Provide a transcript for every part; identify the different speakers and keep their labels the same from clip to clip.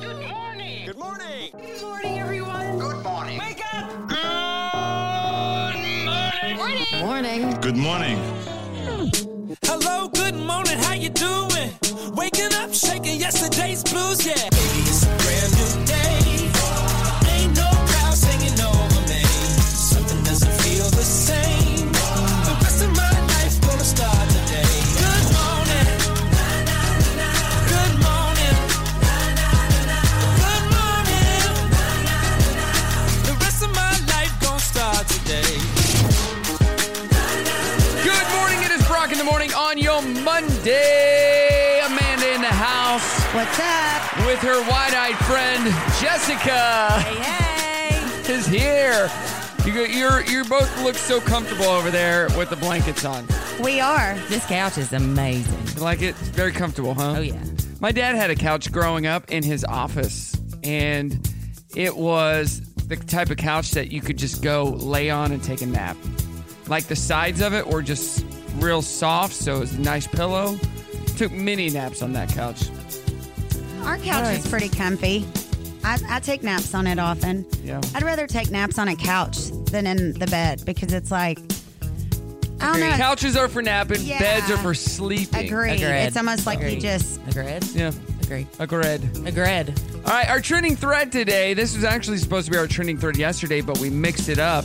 Speaker 1: Good morning.
Speaker 2: morning, everyone.
Speaker 1: Good morning.
Speaker 2: Wake up.
Speaker 3: Morning.
Speaker 4: Good morning.
Speaker 2: Hello, good morning. How you doing? Waking up, shaking yesterday's blues. Yeah, baby, it's a brand new day. Ain't no clouds hanging over me. Something doesn't feel the same. The rest of my life gonna start today. Good morning. Good morning. Good morning. The rest of my life gonna start today.
Speaker 5: Good morning. It is Brock in the morning on your Monday. Amanda in the house
Speaker 3: What's up?
Speaker 5: with her wide-eyed friend Jessica
Speaker 3: Hey, hey.
Speaker 5: is here. You you're you both look so comfortable over there with the blankets on.
Speaker 3: We are. This couch is amazing.
Speaker 5: You like it? Very comfortable, huh?
Speaker 3: Oh, yeah.
Speaker 5: My dad had a couch growing up in his office, and it was the type of couch that you could just go lay on and take a nap. Like the sides of it were just real soft, so it was a nice pillow. Took many naps on that couch.
Speaker 6: Our couch is pretty comfy. I, I take naps on it often.
Speaker 5: Yeah.
Speaker 6: I'd rather take naps on a couch than in the bed because it's like, I don't know.
Speaker 5: Couches are for napping,
Speaker 6: Yeah.
Speaker 5: beds are for sleeping.
Speaker 6: Agree.
Speaker 3: Agreed.
Speaker 6: It's almost like
Speaker 3: Agreed.
Speaker 6: you just,
Speaker 3: Agreed.
Speaker 5: Yeah,
Speaker 3: Agreed.
Speaker 5: agreed.
Speaker 3: Agreed.
Speaker 5: All right, our trending thread today. This was actually supposed to be our trending thread yesterday, but we mixed it up.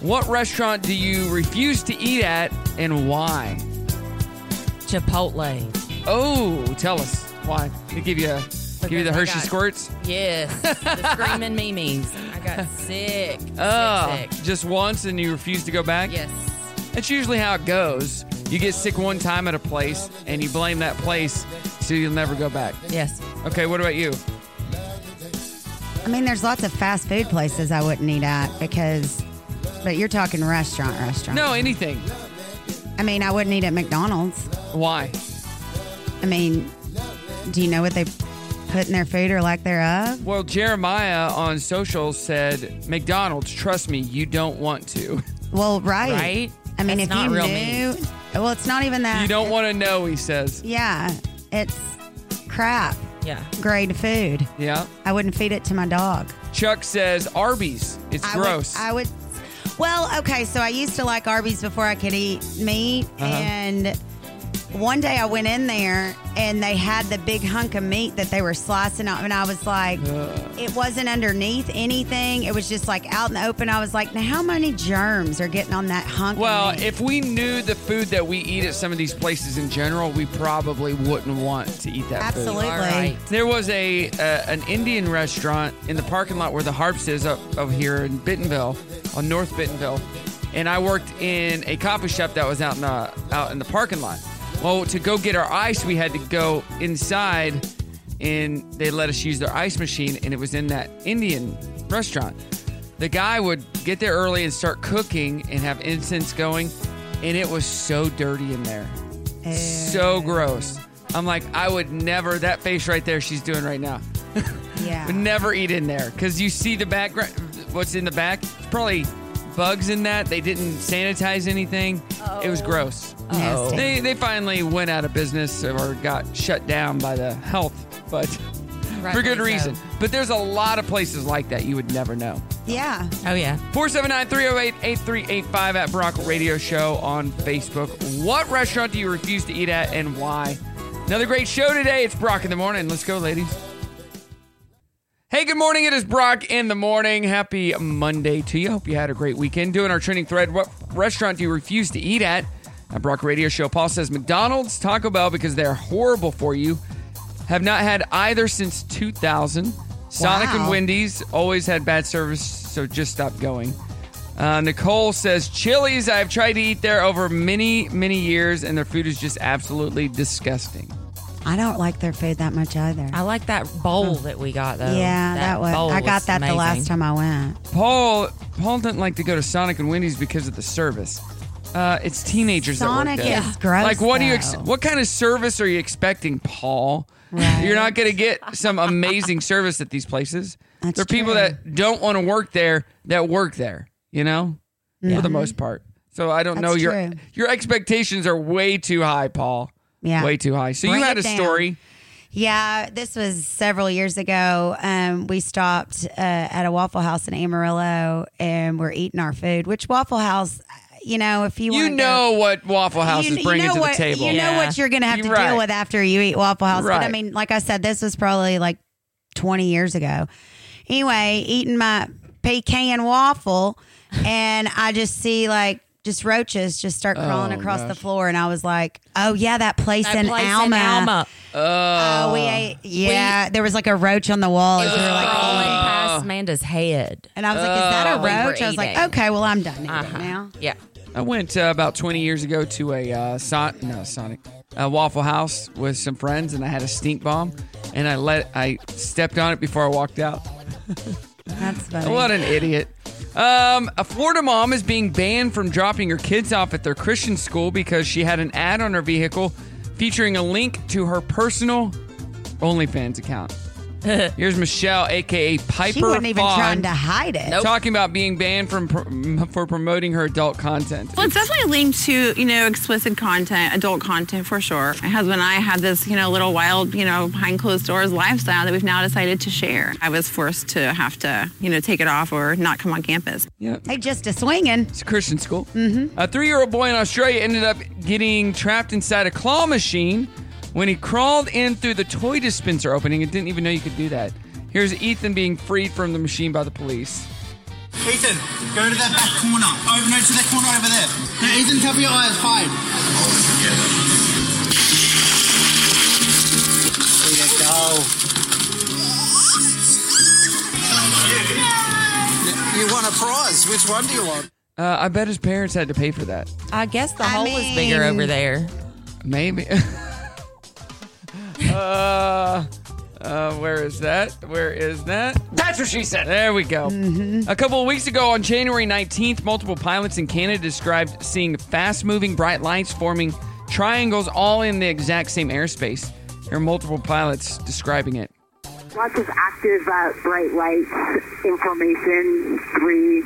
Speaker 5: What restaurant do you refuse to eat at and why?
Speaker 3: Chipotle.
Speaker 5: Oh, tell us why. They give you a, give you the
Speaker 3: Because I
Speaker 5: Hershey
Speaker 3: got-
Speaker 5: squirts.
Speaker 3: Yes. The screaming memes. I got sick.
Speaker 5: Oh,
Speaker 3: sick, sick.
Speaker 5: just once and you refuse to go back.
Speaker 3: Yes.
Speaker 5: That's usually how it goes. You get sick one time at a place and you blame that place, so you'll never go back.
Speaker 3: Yes.
Speaker 5: Okay, what about you?
Speaker 6: I mean, there's lots of fast food places I wouldn't eat at because, but you're talking restaurant, restaurant.
Speaker 5: No, anything.
Speaker 6: I mean, I wouldn't eat at McDonald's.
Speaker 5: Why?
Speaker 6: I mean, do you know what they put in their food or lack thereof?
Speaker 5: Well, Jeremiah on social said, McDonald's, trust me, you don't want to.
Speaker 6: Well, right.
Speaker 3: Right?
Speaker 6: I mean,
Speaker 3: That's
Speaker 6: if
Speaker 3: not
Speaker 6: you
Speaker 3: real
Speaker 6: knew, well, it's not even that.
Speaker 5: You don't want to know, he says.
Speaker 6: Yeah, it's crap
Speaker 3: Yeah.
Speaker 6: grade food.
Speaker 5: Yeah.
Speaker 6: I wouldn't feed it to my dog.
Speaker 5: Chuck says, Arby's, it's
Speaker 6: I
Speaker 5: gross.
Speaker 6: Would, I would. Well, okay, so I used to like Arby's before I could eat meat,
Speaker 5: Uh-huh.
Speaker 6: and one day I went in there and they had the big hunk of meat that they were slicing up, and I was like, it wasn't underneath anything. It was just like out in the open. I was like, now how many germs are getting on that hunk?
Speaker 5: Well,
Speaker 6: of meat?
Speaker 5: if we knew the food that we eat at some of these places in general, we probably wouldn't want to eat that
Speaker 6: absolutely.
Speaker 3: All right.
Speaker 5: food. There was a uh, an Indian restaurant in the parking lot where the Harps is up over here in Bentonville, on North Bentonville, and I worked in a coffee shop that was out in the out in the parking lot. Well, to go get our ice, we had to go inside, and they let us use their ice machine, and it was in that Indian restaurant the guy would get there early and start cooking and have incense going and it was so dirty in there so gross i'm like i would never that face right there she's doing right now would
Speaker 6: Yeah.
Speaker 5: never eat in there because you see the background what's in the back it's probably bugs in that they didn't sanitize anything it was gross
Speaker 6: Nasty.
Speaker 5: they, they finally went out of business or got shut down by the health but for good
Speaker 3: so.
Speaker 5: reason but there's a lot of places like that you would never know
Speaker 6: Yeah.
Speaker 3: Oh, yeah.
Speaker 5: 479-308-8385 at Brock Radio Show on Facebook. What restaurant do you refuse to eat at and why? Another great show today. It's Brock in the morning. Let's go, ladies. Hey, good morning. It is Brock in the morning. Happy Monday to you. Hope you had a great weekend. Doing our trending thread. What restaurant do you refuse to eat at? At Brock Radio Show, Paul says McDonald's, Taco Bell because they're horrible for you. Have not had either since 2000. Sonic and
Speaker 6: Wow.
Speaker 5: Wendy's always had bad service, so just stop going. Uh, Nicole says Chili's. I've tried to eat there over many, many years, and their food is just absolutely disgusting.
Speaker 6: I don't like their food that much either.
Speaker 3: I like that bowl that we got, though.
Speaker 6: Hmm. yeah, that, was.
Speaker 3: bowl
Speaker 6: I got
Speaker 3: was
Speaker 6: that the
Speaker 3: amazing.
Speaker 6: last time I went.
Speaker 5: Paul Paul didn't like to go to Sonic and Wendy's because of the service. Uh, it's teenagers
Speaker 6: Sonic
Speaker 5: that work there.
Speaker 6: is gross,
Speaker 5: Like, what do you? Ex-
Speaker 6: though.
Speaker 5: what kind of service are you expecting, Paul?
Speaker 6: Right.
Speaker 5: You're not going to get some amazing service at these places.
Speaker 6: That's
Speaker 5: there are people
Speaker 6: true.
Speaker 5: that don't want to work there that work there. You know, for the most part. So I don't know
Speaker 6: That's
Speaker 5: your
Speaker 6: true.
Speaker 5: your expectations are way too high, Paul.
Speaker 6: Yeah.
Speaker 5: way too high. So
Speaker 6: Bring
Speaker 5: you had
Speaker 6: it
Speaker 5: a
Speaker 6: down.
Speaker 5: story.
Speaker 6: Yeah, this was several years ago. Um, we stopped uh, at a Waffle House in Amarillo, and we're eating our food. Which Waffle House, you know, if you
Speaker 5: You
Speaker 6: want
Speaker 5: know what Waffle House
Speaker 6: you,
Speaker 5: is
Speaker 6: you
Speaker 5: bringing
Speaker 6: know
Speaker 5: to the
Speaker 6: what,
Speaker 5: table.
Speaker 6: You know
Speaker 3: Yeah.
Speaker 6: what you're going to have to
Speaker 5: You're right.
Speaker 6: deal with after you eat Waffle House. But I
Speaker 5: Right.
Speaker 6: mean, like I said, this was probably like 20 years ago. Anyway, eating my pecan waffle, and I just see like just roaches just start crawling
Speaker 5: Oh,
Speaker 6: across
Speaker 5: gosh.
Speaker 6: the floor, and I was like, "Oh yeah, that place,
Speaker 3: That
Speaker 6: in,
Speaker 3: place in
Speaker 6: Alma.
Speaker 3: Alma.
Speaker 6: Oh, we ate. Yeah, there was like a roach on the wall, as we were like,
Speaker 3: crawling
Speaker 6: eating.
Speaker 3: past Amanda's head.
Speaker 6: and I was like, "Is
Speaker 5: Oh,
Speaker 6: that a
Speaker 3: we were
Speaker 6: roach?" I was like,
Speaker 3: eating.
Speaker 6: "Okay, well, I'm done eating
Speaker 3: Uh-huh.
Speaker 6: now."
Speaker 3: Yeah.
Speaker 5: I went uh, about 20 years ago to a uh, Son- no, Sonic a Waffle House with some friends, and I had a stink bomb, and I let I stepped on it before I walked out.
Speaker 6: That's funny.
Speaker 5: What an idiot! Um, a Florida mom is being banned from dropping her kids off at their Christian school because she had an ad on her vehicle featuring a link to her personal OnlyFans account. Here's Michelle, aka Piper.
Speaker 6: she wasn't even
Speaker 5: Fawn,
Speaker 6: trying to hide it.
Speaker 5: Talking about being banned from pr- for promoting her adult content.
Speaker 4: Well, it's definitely linked to, you know, explicit content, adult content for sure. My husband and I had this, you know, little wild, you know, behind closed doors lifestyle that we've now decided to share. I was forced to have to, you know, take it off or not come on campus.
Speaker 5: Yeah.
Speaker 6: They just a swinging.
Speaker 5: It's a Christian school. Mm-hmm. A three-year-old boy in Australia ended up getting trapped inside a claw machine when he crawled in through the toy dispenser opening and didn't even know you could do that. Here's Ethan being freed from the machine by the police.
Speaker 7: Ethan, go to that back corner. Over, no, to that corner over there. No, Ethan, cover your eyes. Hide. There you go. You won a prize. Which one do you want?
Speaker 5: Uh, I bet his parents had to pay for that.
Speaker 3: I guess the
Speaker 6: I
Speaker 3: hole is bigger
Speaker 6: mean-
Speaker 3: over there.
Speaker 5: Maybe. uh, uh, where is that? Where is that? That's what she said. There we go. A couple of weeks ago, on January 19th, multiple pilots in Canada described seeing fast moving bright lights forming triangles all in the exact same airspace. There are multiple pilots describing it.
Speaker 8: Lots of active uh, bright lights, information, three,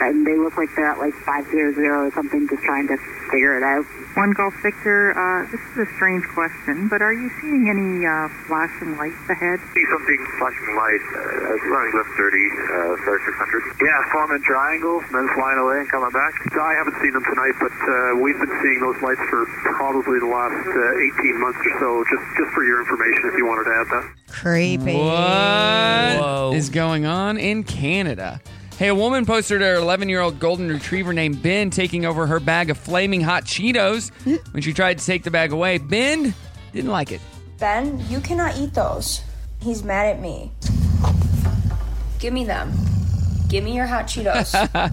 Speaker 8: and they look like they're at like 500 or something, just trying to figure it out.
Speaker 9: One Golf Victor, uh, this is a strange question, but are you seeing any uh, flashing lights ahead?
Speaker 10: see something flashing light uh, running left 30, uh, sorry, 600. Yeah, form in triangles and then flying away and coming back. I haven't seen them tonight, but uh, we've been seeing those lights for probably the last uh, 18 months or so, just, just for your information if you wanted to add that.
Speaker 6: Creepy.
Speaker 5: What is
Speaker 3: Whoa.
Speaker 5: going on in Canada? Hey, a woman posted her 11 year old golden retriever named Ben taking over her bag of flaming hot Cheetos when she tried to take the bag away. Ben didn't like it.
Speaker 11: Ben, you cannot eat those. He's mad at me. Give me them. Give me your hot Cheetos.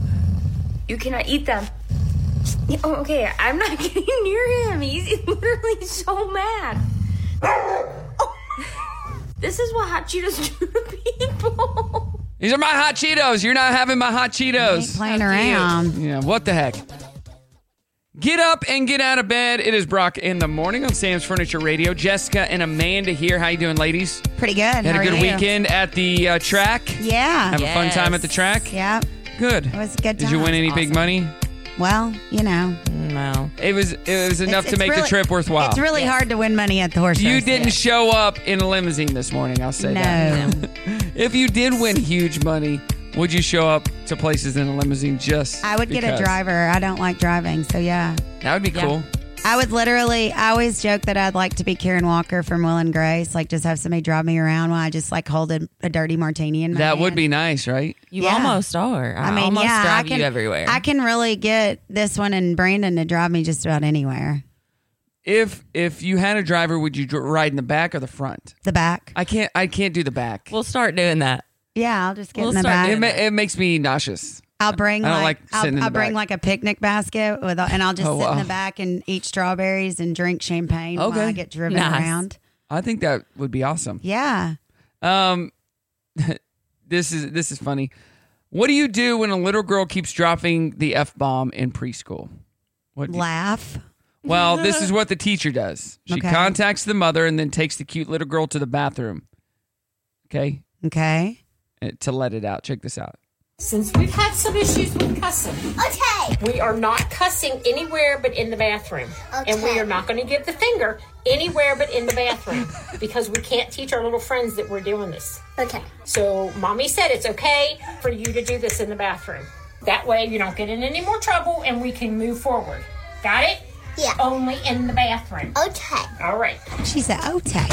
Speaker 11: you cannot eat them. Yeah, oh, Okay, I'm not getting near him. He's literally so mad. this is what hot Cheetos do to people.
Speaker 5: These are my hot Cheetos. You're not having my hot
Speaker 6: Ain't
Speaker 5: Cheetos.
Speaker 6: playing around.
Speaker 5: Yeah, what the heck? Get up and get out of bed. It is Brock in the morning on Sam's Furniture Radio. Jessica and Amanda here. How you doing, ladies?
Speaker 6: Pretty good.
Speaker 5: Had
Speaker 6: How
Speaker 5: a
Speaker 6: are
Speaker 5: good
Speaker 6: you?
Speaker 5: weekend at the uh, track.
Speaker 6: Yeah.
Speaker 5: Have a fun time
Speaker 3: Yes.
Speaker 5: at the track.
Speaker 6: Yeah.
Speaker 5: Good.
Speaker 6: It was a good
Speaker 5: Did you
Speaker 6: time.
Speaker 5: win any big
Speaker 3: Awesome.
Speaker 5: money?
Speaker 6: Well, you know,
Speaker 3: No.
Speaker 5: It was it was enough
Speaker 6: It's-
Speaker 5: to
Speaker 6: it's
Speaker 5: make the
Speaker 6: really-
Speaker 5: trip worthwhile.
Speaker 6: It's really hard to win money at the horse.
Speaker 5: you
Speaker 6: race.
Speaker 5: didn't show up in a limousine this morning. I'll say that.
Speaker 6: No.
Speaker 5: If you did win huge money, would you show up to places in a limousine just?
Speaker 6: I would get
Speaker 5: because?
Speaker 6: a driver. I don't like driving, so yeah.
Speaker 5: That would be
Speaker 3: Yeah.
Speaker 5: cool.
Speaker 6: I would literally. I always joke that I'd like to be Karen Walker from Will and Grace, like just have somebody drive me around while I just like hold a, a dirty martini in my
Speaker 5: That would
Speaker 6: hand.
Speaker 5: be nice, right?
Speaker 3: You
Speaker 6: Yeah.
Speaker 3: almost are. I,
Speaker 6: I mean,
Speaker 3: almost
Speaker 6: yeah,
Speaker 3: drive
Speaker 6: I can,
Speaker 3: you everywhere.
Speaker 6: I can really get this one and Brandon to drive me just about anywhere.
Speaker 5: If if you had a driver, would you dr- ride in the back or the front?
Speaker 6: The back.
Speaker 5: I can't I can't do the back.
Speaker 3: we'll start doing that.
Speaker 6: Yeah, I'll just get
Speaker 3: We'll
Speaker 6: in the
Speaker 3: start
Speaker 6: back.
Speaker 5: it, ma- it makes me nauseous.
Speaker 6: I'll bring
Speaker 5: I don't
Speaker 6: like,
Speaker 5: like
Speaker 6: I'll,
Speaker 5: sitting in
Speaker 6: I'll
Speaker 5: the
Speaker 6: bring
Speaker 5: back.
Speaker 6: like a picnic basket with and I'll just
Speaker 5: Oh,
Speaker 6: sit in
Speaker 5: wow.
Speaker 6: the back and eat strawberries and drink champagne while
Speaker 5: Okay.
Speaker 6: I get driven
Speaker 3: Nice.
Speaker 6: around.
Speaker 5: I think that would be awesome.
Speaker 6: Yeah.
Speaker 5: Um, this is this is funny. What do you do when a little girl keeps dropping the f bomb in preschool? What do you-
Speaker 6: Laugh.
Speaker 5: well, this is what the teacher does. She
Speaker 6: Okay.
Speaker 5: contacts the mother and then takes the cute little girl to the bathroom. Okay, Uh,
Speaker 6: Okay.
Speaker 5: eh, to let it out. Check this out.
Speaker 12: Since we've had some issues with cussing,
Speaker 13: Okay.
Speaker 12: we are not cussing anywhere but in the bathroom. And we
Speaker 13: Okay.
Speaker 12: are not going to give the finger anywhere but in the bathroom because we can't teach our little friends that we're doing this.
Speaker 13: Okay.
Speaker 12: So, mommy said it's okay for you to do this in the bathroom. That way, you don't get in any more trouble and we can move forward. Got it? Oh Yeah. Only in the bathroom.
Speaker 13: Okay.
Speaker 12: All right.
Speaker 6: She said, okay.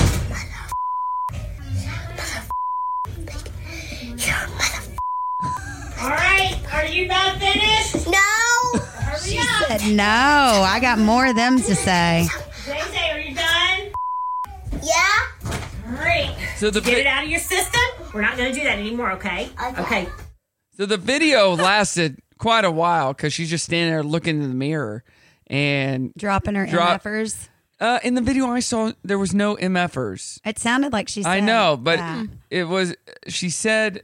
Speaker 12: All right. Are you not finished?
Speaker 13: No.
Speaker 12: Hurry
Speaker 6: She
Speaker 12: up.
Speaker 6: said, no, I got more of them to say.
Speaker 12: JJ, are you done?
Speaker 13: Yeah.
Speaker 12: Great.
Speaker 5: So the
Speaker 12: Get
Speaker 5: vi-
Speaker 12: it out of your system. We're not going to do that anymore, okay? Okay.
Speaker 5: So the video lasted quite a while because she's just standing there looking in the mirror and
Speaker 6: dropping her
Speaker 5: Drop-
Speaker 6: MFers.
Speaker 5: Uh, in the video I saw, there was no MFers.
Speaker 6: It sounded like she said.
Speaker 5: I know, but
Speaker 6: that.
Speaker 5: it was. She said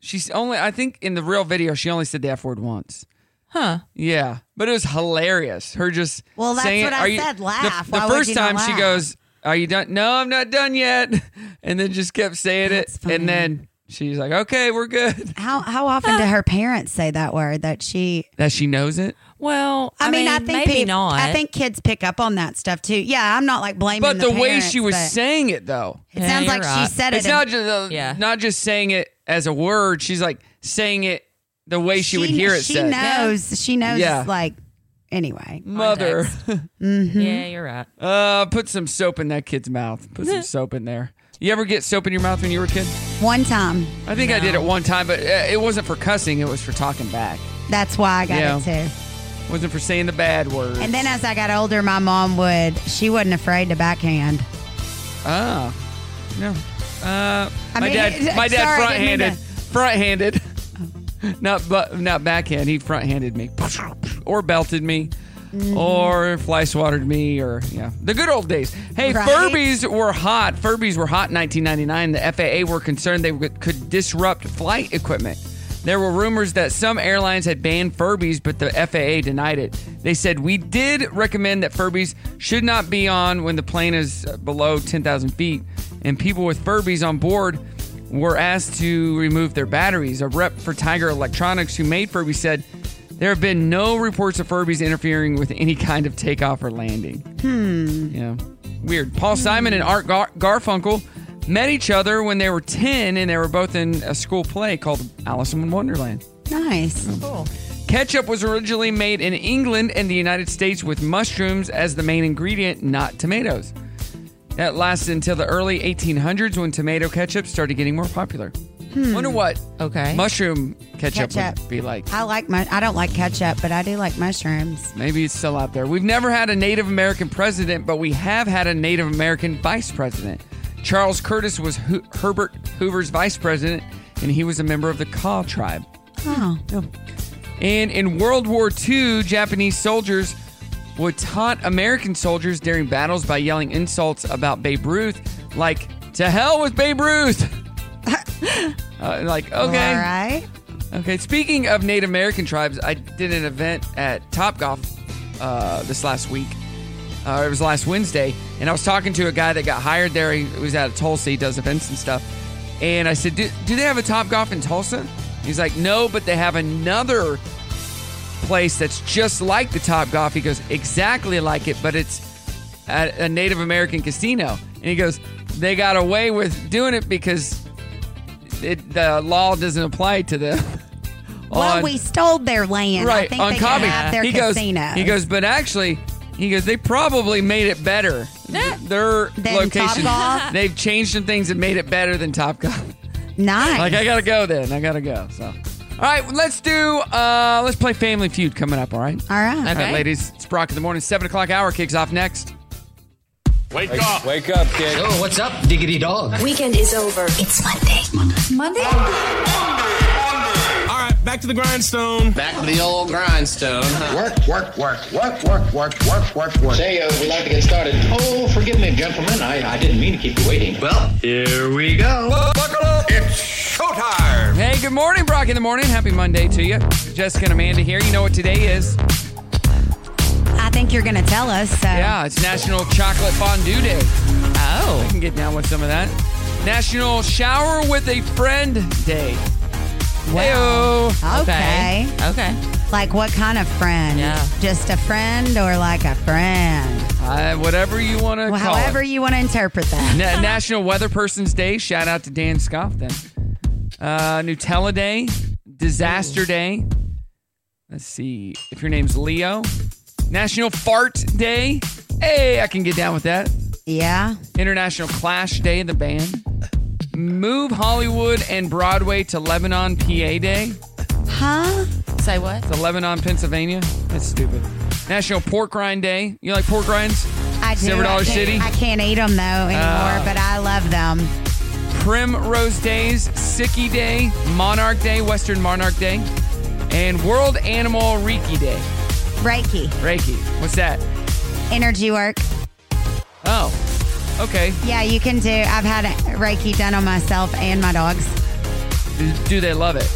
Speaker 5: she's only. I think in the real video, she only said the F word once.
Speaker 3: Huh.
Speaker 5: Yeah, but it was hilarious. Her just
Speaker 3: Well, that's
Speaker 5: saying,
Speaker 3: what I
Speaker 5: "Are you-"
Speaker 3: said,
Speaker 5: the-
Speaker 3: laugh.
Speaker 5: The,
Speaker 3: Why would
Speaker 5: first
Speaker 3: you not
Speaker 5: time she
Speaker 3: laugh?
Speaker 5: goes, "Are you done?" No, I'm not done yet, and then just kept saying it, and then she's like, "Okay, we're good."
Speaker 6: How how often do her parents say that word that she
Speaker 5: That she knows it.
Speaker 3: Well,
Speaker 6: I, mean, I
Speaker 3: mean,
Speaker 6: think
Speaker 3: maybe
Speaker 6: peop-
Speaker 3: not.
Speaker 6: I think kids pick up on that stuff too. Yeah, I'm not like blaming.
Speaker 5: But the, way
Speaker 6: parents,
Speaker 5: she was
Speaker 6: but-
Speaker 5: saying it, though,
Speaker 6: It Yeah, sounds you're like she right. said it
Speaker 5: It's not
Speaker 6: in-
Speaker 5: just uh, not just saying it as a word. She's like saying it the way she, would
Speaker 6: kn-
Speaker 5: hear it.
Speaker 6: She
Speaker 5: said.
Speaker 6: knows. She knows.
Speaker 5: Yeah.
Speaker 6: Like anyway,
Speaker 5: mother.
Speaker 3: Oh,
Speaker 6: Mm-hmm.
Speaker 3: Yeah, you're right.
Speaker 5: Uh, put some soap in that kid's mouth. Put some soap in there. You ever get soap in your mouth when you were a kid?
Speaker 6: One time.
Speaker 5: I think I did it one time, but uh, it wasn't for cussing. It was for talking back.
Speaker 6: That's why I got
Speaker 5: Yeah.
Speaker 6: it too.
Speaker 5: Wasn't for saying the bad word.
Speaker 6: And then as I got older, my mom would. She wasn't afraid to backhand.
Speaker 5: ah, no. Uh, my
Speaker 6: I mean,
Speaker 5: dad. My dad
Speaker 6: sorry, I
Speaker 5: front
Speaker 6: didn't mean
Speaker 5: handed. Front handed. Not but not backhand. He front handed me, or belted me,
Speaker 6: Mm-hmm.
Speaker 5: or fly swatted me, or yeah, the good old days. Hey,
Speaker 2: Right.
Speaker 5: Furbies were hot. Furbies were hot in 1999. The FAA were concerned they would- could disrupt flight equipment. There were rumors that some airlines had banned Furbies, but the FAA denied it. They said, We did recommend that Furbies should not be on when the plane is uh, below 10,000 feet, and people with Furbies on board were asked to remove their batteries. A rep for Tiger Electronics who made Furbies said, There have been no reports of Furbies interfering with any kind of takeoff or landing.
Speaker 2: Hmm.
Speaker 5: Yeah. Weird. Paul Simon and Art Gar- Garfunkel met each other when they were 10 and they were both in a school play called Alice in Wonderland.
Speaker 6: Nice.
Speaker 3: Cool.
Speaker 5: Ketchup was originally made in England and the United States with mushrooms as the main ingredient, not tomatoes. That lasted until the early 1800s when tomato ketchup started getting more popular. Wonder what
Speaker 3: okay
Speaker 5: mushroom ketchup,
Speaker 6: Ketchup.
Speaker 5: would be like.
Speaker 6: I like my. I don't like ketchup, but I do like mushrooms.
Speaker 5: Maybe it's still out there. We've never had a Native American president, but we have had a Native American vice president. Charles Curtis was Ho- Herbert Hoover's vice president, and he was a member of the Kaw tribe.
Speaker 6: Oh.
Speaker 5: And in World War II, Japanese soldiers would taunt American soldiers during battles by yelling insults about Babe Ruth, like, to hell with Babe Ruth. Uh, like, okay.
Speaker 6: All right.
Speaker 5: Okay, speaking of Native American tribes, I did an event at Top Golf uh, this last week. Uh, it was last Wednesday, and I was talking to a guy that got hired there. He was out of Tulsa, he does events and stuff. And I said, Do, do they have a Top Golf in Tulsa? He's like, No, but they have another place that's just like the Top Golf. He goes, Exactly like it, but it's at a Native American casino. And he goes, They got away with doing it because it, the law doesn't apply to them.
Speaker 6: Well,
Speaker 5: On-
Speaker 6: we stole their land. I
Speaker 5: right
Speaker 6: think
Speaker 5: on
Speaker 6: they
Speaker 5: Cobb.
Speaker 6: could have their
Speaker 5: he goes.
Speaker 6: casino.
Speaker 5: He goes. But actually, he goes. They probably made it better. Th- Their
Speaker 6: Than
Speaker 5: location.
Speaker 6: Topgolf?
Speaker 5: They've changed some things and made it better than Top Golf.
Speaker 6: Nice.
Speaker 5: Like I gotta go then. I gotta go. So, all right, let's do. uh Let's play Family Feud coming up. All right.
Speaker 6: All right.
Speaker 5: All right,
Speaker 6: Okay.
Speaker 5: ladies. It's Brock in the morning. Seven o'clock hour kicks off next.
Speaker 14: Wake up! Wake up, kid. Oh, what's up, diggity dog?
Speaker 13: Weekend is over. It's Monday. Monday.
Speaker 14: All right, back to the grindstone. Back to the old grindstone. Work, work, work, work, work, work, work, work, work. Say, uh, we'd like to get started. Oh, forgive me, gentlemen. I, I didn't mean to keep you waiting. Well, here we go. Buckle up. It's showtime.
Speaker 5: Hey, good morning, Brock in the morning. Happy Monday to you. Jessica and Amanda here. You know what today is?
Speaker 6: I think you're gonna tell us. So.
Speaker 5: Yeah, it's National Chocolate Fondue Day. Oh. I can get down with some of that. National Shower with a Friend Day.
Speaker 6: Wow.
Speaker 3: Okay.
Speaker 6: Okay. Okay. Like what kind of friend?
Speaker 5: Yeah.
Speaker 6: Just a friend or like a friend?
Speaker 5: Uh, whatever you want to
Speaker 6: Well,
Speaker 5: call it.
Speaker 6: however you want to interpret that.
Speaker 5: Na- National Weather Person's Day. Shout out to Dan Scoff then. Uh, Nutella Day, Disaster Day. Let's see if your name's Leo. National Fart Day. Hey, I can get down with that.
Speaker 6: Yeah.
Speaker 5: International Clash Day of the Band. Move Hollywood and Broadway to Lebanon, PA Day.
Speaker 6: Huh?
Speaker 3: Say what?
Speaker 5: It's Lebanon, Pennsylvania. That's stupid. National Pork Rind Day. You like pork rinds?
Speaker 6: I do.
Speaker 5: Silver Dollar
Speaker 6: I, do.
Speaker 5: City.
Speaker 6: I can't eat them though anymore,
Speaker 5: Ah.
Speaker 6: but I love them.
Speaker 5: Primrose Days, Sicky Day, Monarch Day, Western Monarch Day, and World Animal Reiki Day.
Speaker 6: Reiki.
Speaker 5: Reiki. What's that?
Speaker 6: Energy work.
Speaker 5: Oh, okay.
Speaker 6: Yeah, you can do. I've had Reiki done on myself and my dogs.
Speaker 5: Do they love it?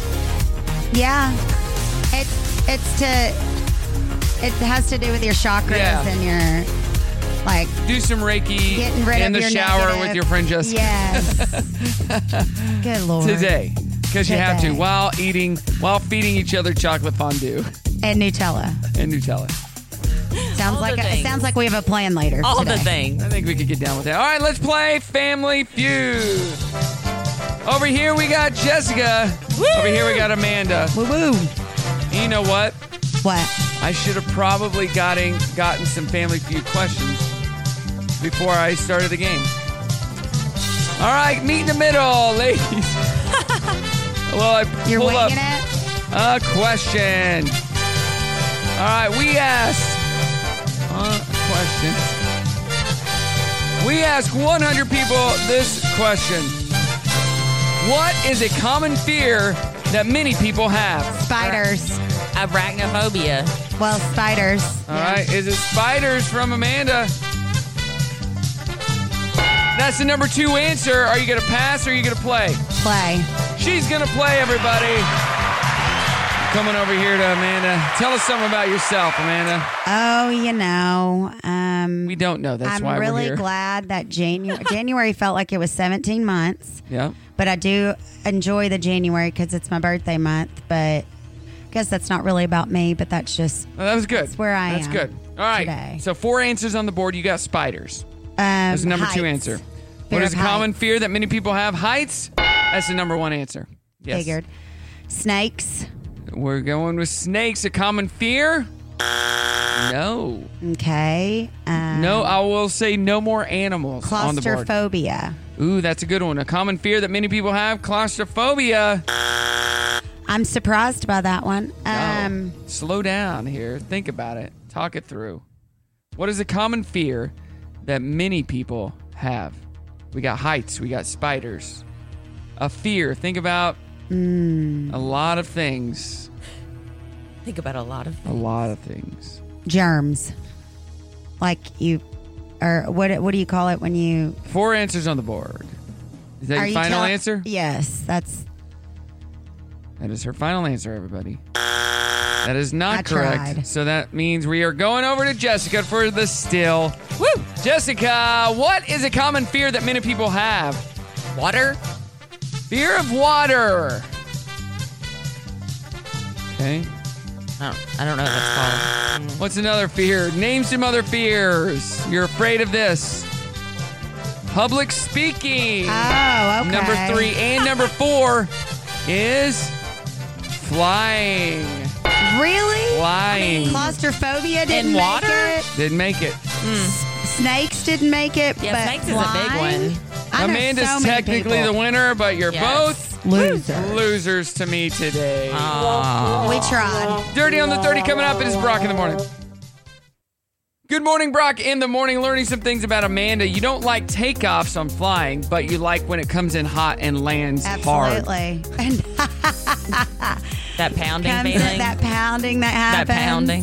Speaker 6: Yeah. It's it's to it has to do with your chakras
Speaker 5: Yeah.
Speaker 6: and your like
Speaker 5: Do some Reiki
Speaker 6: getting rid
Speaker 5: in
Speaker 6: of
Speaker 5: the
Speaker 6: your
Speaker 5: shower
Speaker 6: negative-
Speaker 5: with your friend Jessica
Speaker 6: Yes. Good lord.
Speaker 5: today. Because you have to
Speaker 6: Today.
Speaker 5: while eating, while feeding each other chocolate fondue
Speaker 6: And Nutella.
Speaker 5: and Nutella.
Speaker 6: Sounds like a, it sounds like we have a plan later. today.
Speaker 5: I think we could get down with that. All right, let's play Family Feud. Over here we got Jessica. Over here we got Amanda.
Speaker 6: Woo woo.
Speaker 5: You know what?
Speaker 6: What?
Speaker 5: I should have probably gotten gotten some Family Feud questions before I started the game. All right, meet in the middle, ladies. well, I
Speaker 6: You're
Speaker 5: pull up
Speaker 6: winging it?
Speaker 5: a question. All right, we asked uh, questions. We asked 100 people this question: What is a common fear that many people have?
Speaker 6: Spiders.
Speaker 3: Arachnophobia.
Speaker 6: Well, spiders.
Speaker 5: All right, is it spiders from Amanda? That's the number two answer. Are you going to pass or are you going to play?
Speaker 6: Play.
Speaker 5: She's going to play, everybody. Coming over here to Amanda. Tell us something about yourself, Amanda.
Speaker 6: Oh, you know. Um,
Speaker 5: we don't know. That's
Speaker 6: I'm
Speaker 5: why
Speaker 6: really
Speaker 5: we're here.
Speaker 6: glad that January January felt like it was 17 months.
Speaker 5: Yeah.
Speaker 6: But I do enjoy the January because it's my birthday month. But I guess that's not really about me. But that's just
Speaker 5: Well, that was good. That's
Speaker 6: where I
Speaker 5: That's
Speaker 6: am
Speaker 5: good. All right. So four answers on the board. You got spiders.
Speaker 6: um,
Speaker 5: That's the number two
Speaker 6: heights.
Speaker 5: answer.
Speaker 6: Fear
Speaker 5: what is a
Speaker 6: of
Speaker 5: common fear that many people have? Heights. That's the number one answer. Yes.
Speaker 6: Figured. Snakes.
Speaker 5: We're going with snakes. A common fear? No.
Speaker 6: Okay. Um,
Speaker 5: No, I will say no more animals on the board.
Speaker 6: Claustrophobia.
Speaker 5: Ooh, that's a good one. A common fear that many people have: claustrophobia.
Speaker 6: I'm surprised by that one. Um,
Speaker 5: Slow down here. Think about it. Talk it through. What is a common fear that many people have? We got heights. We got spiders. A fear. Think about
Speaker 6: Hmm.
Speaker 5: a lot of things.
Speaker 3: Think about a lot of
Speaker 5: A lot of things.
Speaker 6: germs. Like you, or what? What do you call it when you?
Speaker 5: Four answers on the board. Is that
Speaker 6: Are
Speaker 5: your
Speaker 6: you
Speaker 5: final
Speaker 6: tell-
Speaker 5: answer?
Speaker 6: Yes, that's
Speaker 5: That is her final answer, everybody. That is not
Speaker 6: I
Speaker 5: correct.
Speaker 6: tried.
Speaker 5: So that means we are going over to Jessica for the still. Woo! Jessica, what is a common fear that many people have? Water? Fear of water. Okay.
Speaker 3: Oh, I don't know what that's called.
Speaker 5: What's another fear? Name some other fears. You're afraid of this. Public speaking.
Speaker 6: Oh, okay.
Speaker 5: Number three and number four is flying.
Speaker 6: Really?
Speaker 5: Flying.
Speaker 6: Claustrophobia didn't
Speaker 3: In water?
Speaker 6: make it.
Speaker 5: Didn't make it.
Speaker 6: Snakes didn't make it.
Speaker 3: Yeah,
Speaker 6: but
Speaker 3: snakes is a big
Speaker 6: flying?
Speaker 3: one.
Speaker 6: I know
Speaker 5: Amanda's
Speaker 6: so many
Speaker 5: technically the
Speaker 6: people.
Speaker 5: winner, but you're
Speaker 3: Yes.
Speaker 5: both
Speaker 6: Losers.
Speaker 5: losers to me today.
Speaker 6: Oh. We tried.
Speaker 5: Dirty on the 30 coming up. It is Brock in the morning. Good morning, Brock. In the morning, learning some things about Amanda. You don't like takeoffs on flying, but you like when it comes in hot and lands hard.
Speaker 6: Absolutely. And
Speaker 3: That pounding
Speaker 6: comes
Speaker 3: feeling.
Speaker 6: that pounding that
Speaker 3: That
Speaker 6: happens.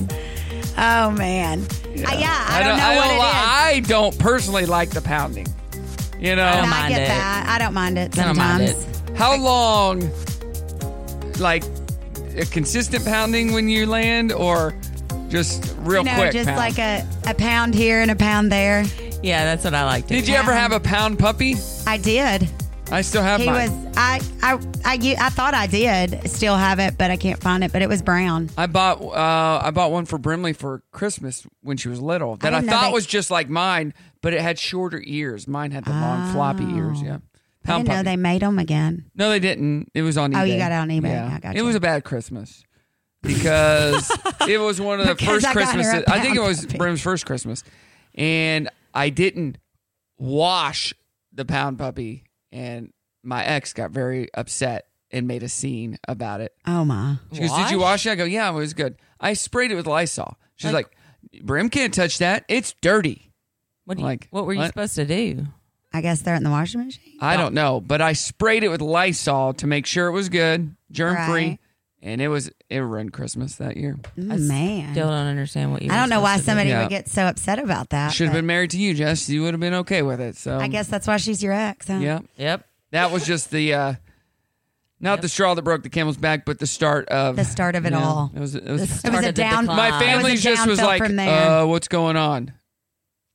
Speaker 3: pounding.
Speaker 6: Oh man. Yeah, I, yeah, I, don't, know
Speaker 5: I
Speaker 6: what
Speaker 5: don't,
Speaker 6: it is.
Speaker 5: li- I don't personally like the pounding. You know,
Speaker 3: I don't
Speaker 6: And I
Speaker 3: mind
Speaker 6: get
Speaker 3: it.
Speaker 6: that. I don't mind it
Speaker 3: I don't
Speaker 6: sometimes.
Speaker 3: mind it.
Speaker 5: how long, like a consistent pounding when you land, or just real
Speaker 6: you know,
Speaker 5: quick?
Speaker 6: just
Speaker 5: pound?
Speaker 6: like a, a pound here and a pound there.
Speaker 3: Yeah, that's what I like. to
Speaker 5: Did
Speaker 3: do.
Speaker 5: you ever have a pound puppy?
Speaker 6: I did.
Speaker 5: I still have
Speaker 6: he
Speaker 5: mine.
Speaker 6: was. I, I I u- I thought I did still have it, but I can't find it. But it was brown.
Speaker 5: I bought uh, I bought one for Brimley for Christmas when she was little that I,
Speaker 6: didn't know
Speaker 5: thought
Speaker 6: they-
Speaker 5: was just like mine, but it had shorter ears. Mine had the long floppy ears. Yeah,
Speaker 6: Oh. I
Speaker 5: pound
Speaker 6: didn't know
Speaker 5: puppy.
Speaker 6: they made them again.
Speaker 5: No, they didn't. It was on eBay.
Speaker 6: Oh, you got it on eBay. I got
Speaker 5: It was a bad Christmas because it was one of the
Speaker 6: Because
Speaker 5: first
Speaker 6: I got her
Speaker 5: Christmases.
Speaker 6: a
Speaker 5: I think it
Speaker 6: pound
Speaker 5: was Brim's first Christmas, and I didn't wash the pound puppy, and my ex got very upset and made a scene about it.
Speaker 6: Oh my!
Speaker 5: She goes, "Did you wash it?" I go, "Yeah, it was good. I sprayed it with Lysol." She's like, "Brim can't touch that. It's dirty."
Speaker 3: What do you-
Speaker 5: like?
Speaker 3: what were you supposed to do?
Speaker 6: I guess they're in the washing machine.
Speaker 5: I don't know, but I sprayed it with Lysol to make sure it was good, germ free,
Speaker 6: Right.
Speaker 5: and it was it ruined Christmas that year.
Speaker 6: Man,
Speaker 3: Still don't understand what you.
Speaker 6: I
Speaker 3: were
Speaker 6: don't know why
Speaker 3: supposed to do.
Speaker 6: somebody
Speaker 5: Yeah.
Speaker 6: would get so upset about that.
Speaker 5: Should have
Speaker 6: but
Speaker 5: been married to you, Jess. You would have been okay with it. So
Speaker 6: I guess that's why she's your ex. Huh?
Speaker 5: Yeah. Yep. That was just the uh not the straw that broke the camel's back, but the start of
Speaker 6: The start of it
Speaker 5: Yeah,
Speaker 6: all.
Speaker 5: It was it was,
Speaker 6: The start It was a of the down- decline.
Speaker 5: My
Speaker 6: Um, it
Speaker 5: family
Speaker 6: was a
Speaker 5: just was
Speaker 6: downfall
Speaker 5: like,
Speaker 6: from there.
Speaker 5: uh, what's going on?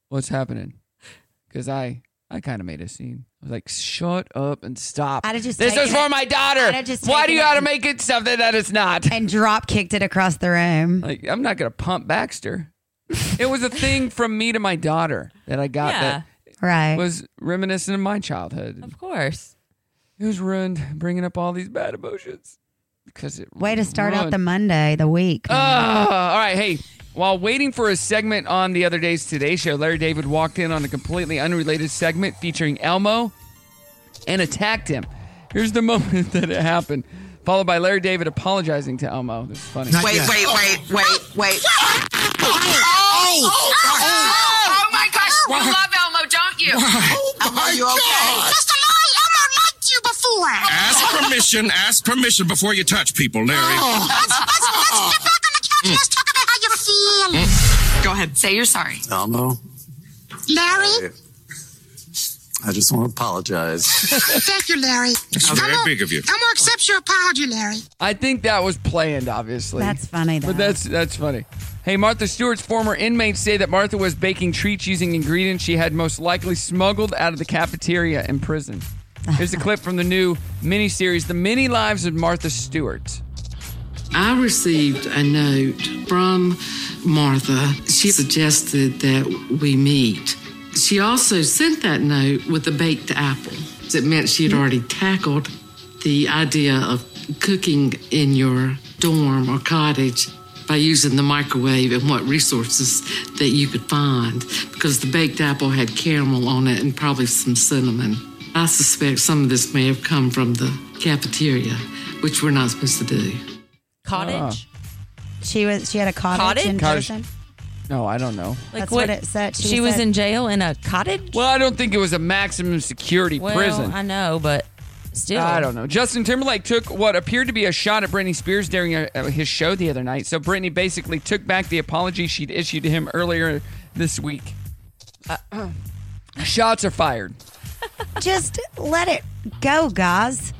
Speaker 5: What's happening? Because I I kind of made a scene. I was like, shut up and stop.
Speaker 6: I'd have just
Speaker 5: this is
Speaker 6: taken
Speaker 5: for
Speaker 6: it-
Speaker 5: my
Speaker 6: I'd
Speaker 5: daughter.
Speaker 6: have just
Speaker 5: Why do
Speaker 6: taken
Speaker 5: you
Speaker 6: it
Speaker 5: got to
Speaker 6: and-
Speaker 5: make it something that it's not?
Speaker 6: And drop kicked it across the room.
Speaker 5: Like, I'm not gonna pump Baxter. it was a thing from me to my daughter that I got that
Speaker 6: right
Speaker 5: was reminiscent of my childhood. Of
Speaker 3: course.
Speaker 5: It was ruined bringing up all these bad emotions because it
Speaker 6: Way to start out
Speaker 5: ruined.
Speaker 6: the Monday, the week.
Speaker 5: Uh, all right, hey. While waiting for a segment on the other day's Today Show, Larry David walked in on a completely unrelated segment featuring Elmo and attacked him. Here's the moment that it happened, followed by Larry David apologizing to Elmo. This is funny.
Speaker 2: Wait, wait, wait, wait, wait. Oh, oh, oh, oh my gosh, you love Elmo, don't you? Elmo, you okay? Mr. Larry, Elmo liked you before.
Speaker 15: Ask permission. Ask permission before you touch people, Larry.
Speaker 2: Let's, let's, let's get back on the couch. Let's talk about how you feel. Go ahead. Say you're sorry.
Speaker 16: Elmo,
Speaker 2: Larry?
Speaker 16: I just want to apologize.
Speaker 2: Thank you, Larry.
Speaker 15: It's very
Speaker 2: Elmo-
Speaker 15: big of you.
Speaker 2: Elmo accepts your apology, Larry.
Speaker 5: I think that was planned, obviously.
Speaker 2: That's
Speaker 6: Mm, funny,
Speaker 5: But that's that's funny. Hey, Martha Stewart's former inmates say that Martha was baking treats using ingredients she had most likely smuggled out of the cafeteria in prison. Here's a clip from the new miniseries, The Many Lives of Martha Stewart.
Speaker 17: I received a note from Martha. She suggested that we meet. She also sent that note with a baked apple. It meant she had already tackled the idea of cooking in your dorm or cottage by using the microwave and what resources that you could find because the baked apple had caramel on it and probably some cinnamon. I suspect some of this may have come from the cafeteria, which we're not supposed to do.
Speaker 3: Cottage?
Speaker 6: Oh, She was. She had a cottage,
Speaker 3: Cottage?
Speaker 6: in
Speaker 3: Cottage.
Speaker 6: prison.
Speaker 5: No, I don't know.
Speaker 3: Like
Speaker 6: That's what it said.
Speaker 3: She,
Speaker 6: She
Speaker 3: was
Speaker 6: said-
Speaker 3: in jail in a cottage.
Speaker 5: Well, I don't think it was a maximum security
Speaker 3: Well,
Speaker 5: prison.
Speaker 3: I know, but still,
Speaker 5: I don't know. Justin Timberlake took what appeared to be a shot at Britney Spears during uh uh, his show the other night. So Britney basically took back the apology she'd issued to him earlier this week. Shots are fired.
Speaker 6: Just let it go, guys.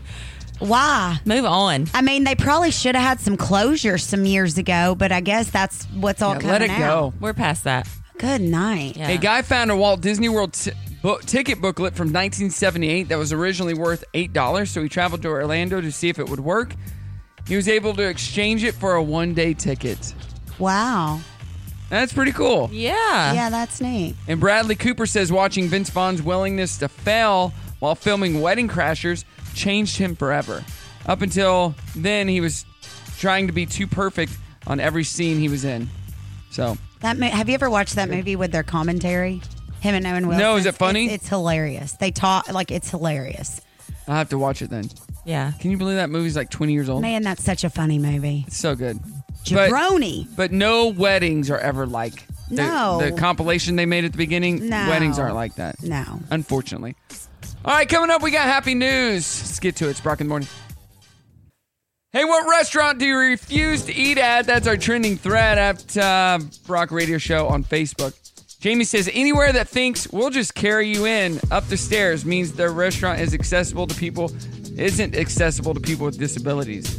Speaker 6: Why?
Speaker 3: Move on.
Speaker 6: I mean, they probably should have had some closure some years ago, but I guess that's what's all
Speaker 5: Yeah,
Speaker 6: coming
Speaker 5: let it
Speaker 6: out.
Speaker 5: go. We're past that.
Speaker 6: Good night.
Speaker 5: A guy found a Walt Disney World t- book, ticket booklet from 1978 that was originally worth $8, so he traveled to Orlando to see if it would work. He was able to exchange it for a one day ticket.
Speaker 6: Wow.
Speaker 5: That's pretty cool.
Speaker 3: Yeah.
Speaker 6: Yeah, that's neat.
Speaker 5: And Bradley Cooper says watching Vince Vaughn's willingness to fail while filming Wedding Crashers changed him forever. Up until then, he was trying to be too perfect on every scene he was in. So,
Speaker 6: That mo- have you ever watched that movie with their commentary? Him and Owen Wilson.
Speaker 5: No, is it funny?
Speaker 6: It's, it's hilarious. They talk like it's hilarious.
Speaker 5: I'll have to watch it then.
Speaker 3: Yeah.
Speaker 5: Can you believe that movie's like 20 years old?
Speaker 6: Man, that's such a funny movie.
Speaker 5: It's so good. But-
Speaker 6: Jabroni.
Speaker 5: But, no weddings are ever like the,
Speaker 6: No.
Speaker 5: the compilation they made at the beginning.
Speaker 6: No.
Speaker 5: Weddings aren't like that.
Speaker 6: No.
Speaker 5: Unfortunately. All right, coming up, we got happy news. Let's get to it. It's Brock in the morning. Hey, what restaurant do you refuse to eat at? That's our trending thread at uh, Brock Radio Show on Facebook. Jamie says anywhere that thinks we'll just carry you in up the stairs means their restaurant is accessible to people, isn't accessible to people with disabilities.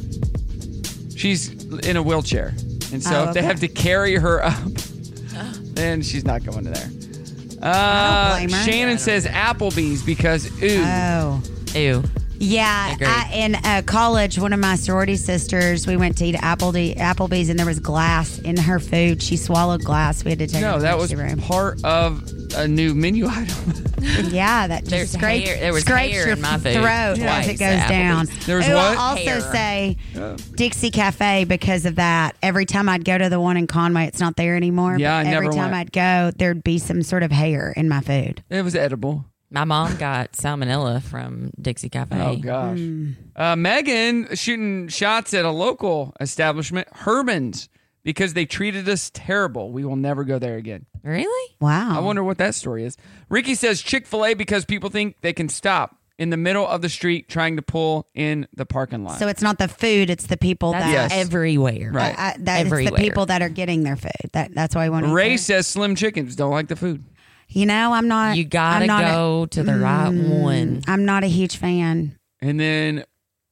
Speaker 5: She's in a wheelchair, and so
Speaker 2: Oh,
Speaker 5: if they
Speaker 2: okay.
Speaker 5: have to carry her up, then she's not going to there. Uh,
Speaker 2: blame her.
Speaker 5: Shannon says Applebee's because ooh.
Speaker 6: Oh.
Speaker 3: Ew.
Speaker 6: Yeah,
Speaker 3: Agreed.
Speaker 6: I, in uh, college, one of my sorority sisters, we went to eat Applede- Applebee's, and there was glass in her food. She swallowed glass. We had to take. her
Speaker 5: No,
Speaker 6: to
Speaker 5: that
Speaker 6: the
Speaker 5: was
Speaker 6: emergency
Speaker 5: part of a new menu item.
Speaker 6: room. yeah, that
Speaker 3: There's
Speaker 6: just scraped,
Speaker 3: hair- there was
Speaker 6: scrapes
Speaker 3: hair
Speaker 6: your
Speaker 3: in my food
Speaker 6: throat
Speaker 3: twice
Speaker 6: as it
Speaker 3: at
Speaker 6: goes down.
Speaker 3: Applebee's. There was
Speaker 6: Ooh,
Speaker 3: what?
Speaker 6: I'll also
Speaker 3: Hair.
Speaker 6: say
Speaker 5: Yeah.
Speaker 6: Dixie Cafe because of that. Every time I'd go to the one in Conway, it's not there anymore.
Speaker 3: Yeah,
Speaker 6: but
Speaker 3: I
Speaker 6: every
Speaker 3: never
Speaker 6: time
Speaker 3: went.
Speaker 6: I'd go, there'd be some sort of hair in my food.
Speaker 5: It was edible.
Speaker 3: My mom got salmonella from Dixie Cafe.
Speaker 5: Oh gosh. Uh, Megan shooting shots at a local establishment, Herman's, because they treated us terrible. We will never go there again.
Speaker 3: Really?
Speaker 6: Wow.
Speaker 5: I wonder what that story is. Ricky says Chick fil A because people think they can stop in the middle of the street trying to pull in the parking lot.
Speaker 6: So it's not the food; it's the people
Speaker 5: That's
Speaker 6: that
Speaker 5: Yes.
Speaker 3: everywhere.
Speaker 5: Right.
Speaker 6: I, that it's the
Speaker 5: Everywhere.
Speaker 6: people that are getting their food. That that's why I want to.
Speaker 5: Ray says Slim Chickens don't like the food.
Speaker 6: You know, I'm not.
Speaker 3: You gotta
Speaker 6: I'm not a- Mm,
Speaker 3: go to the right one.
Speaker 6: I'm not a huge fan.
Speaker 5: And then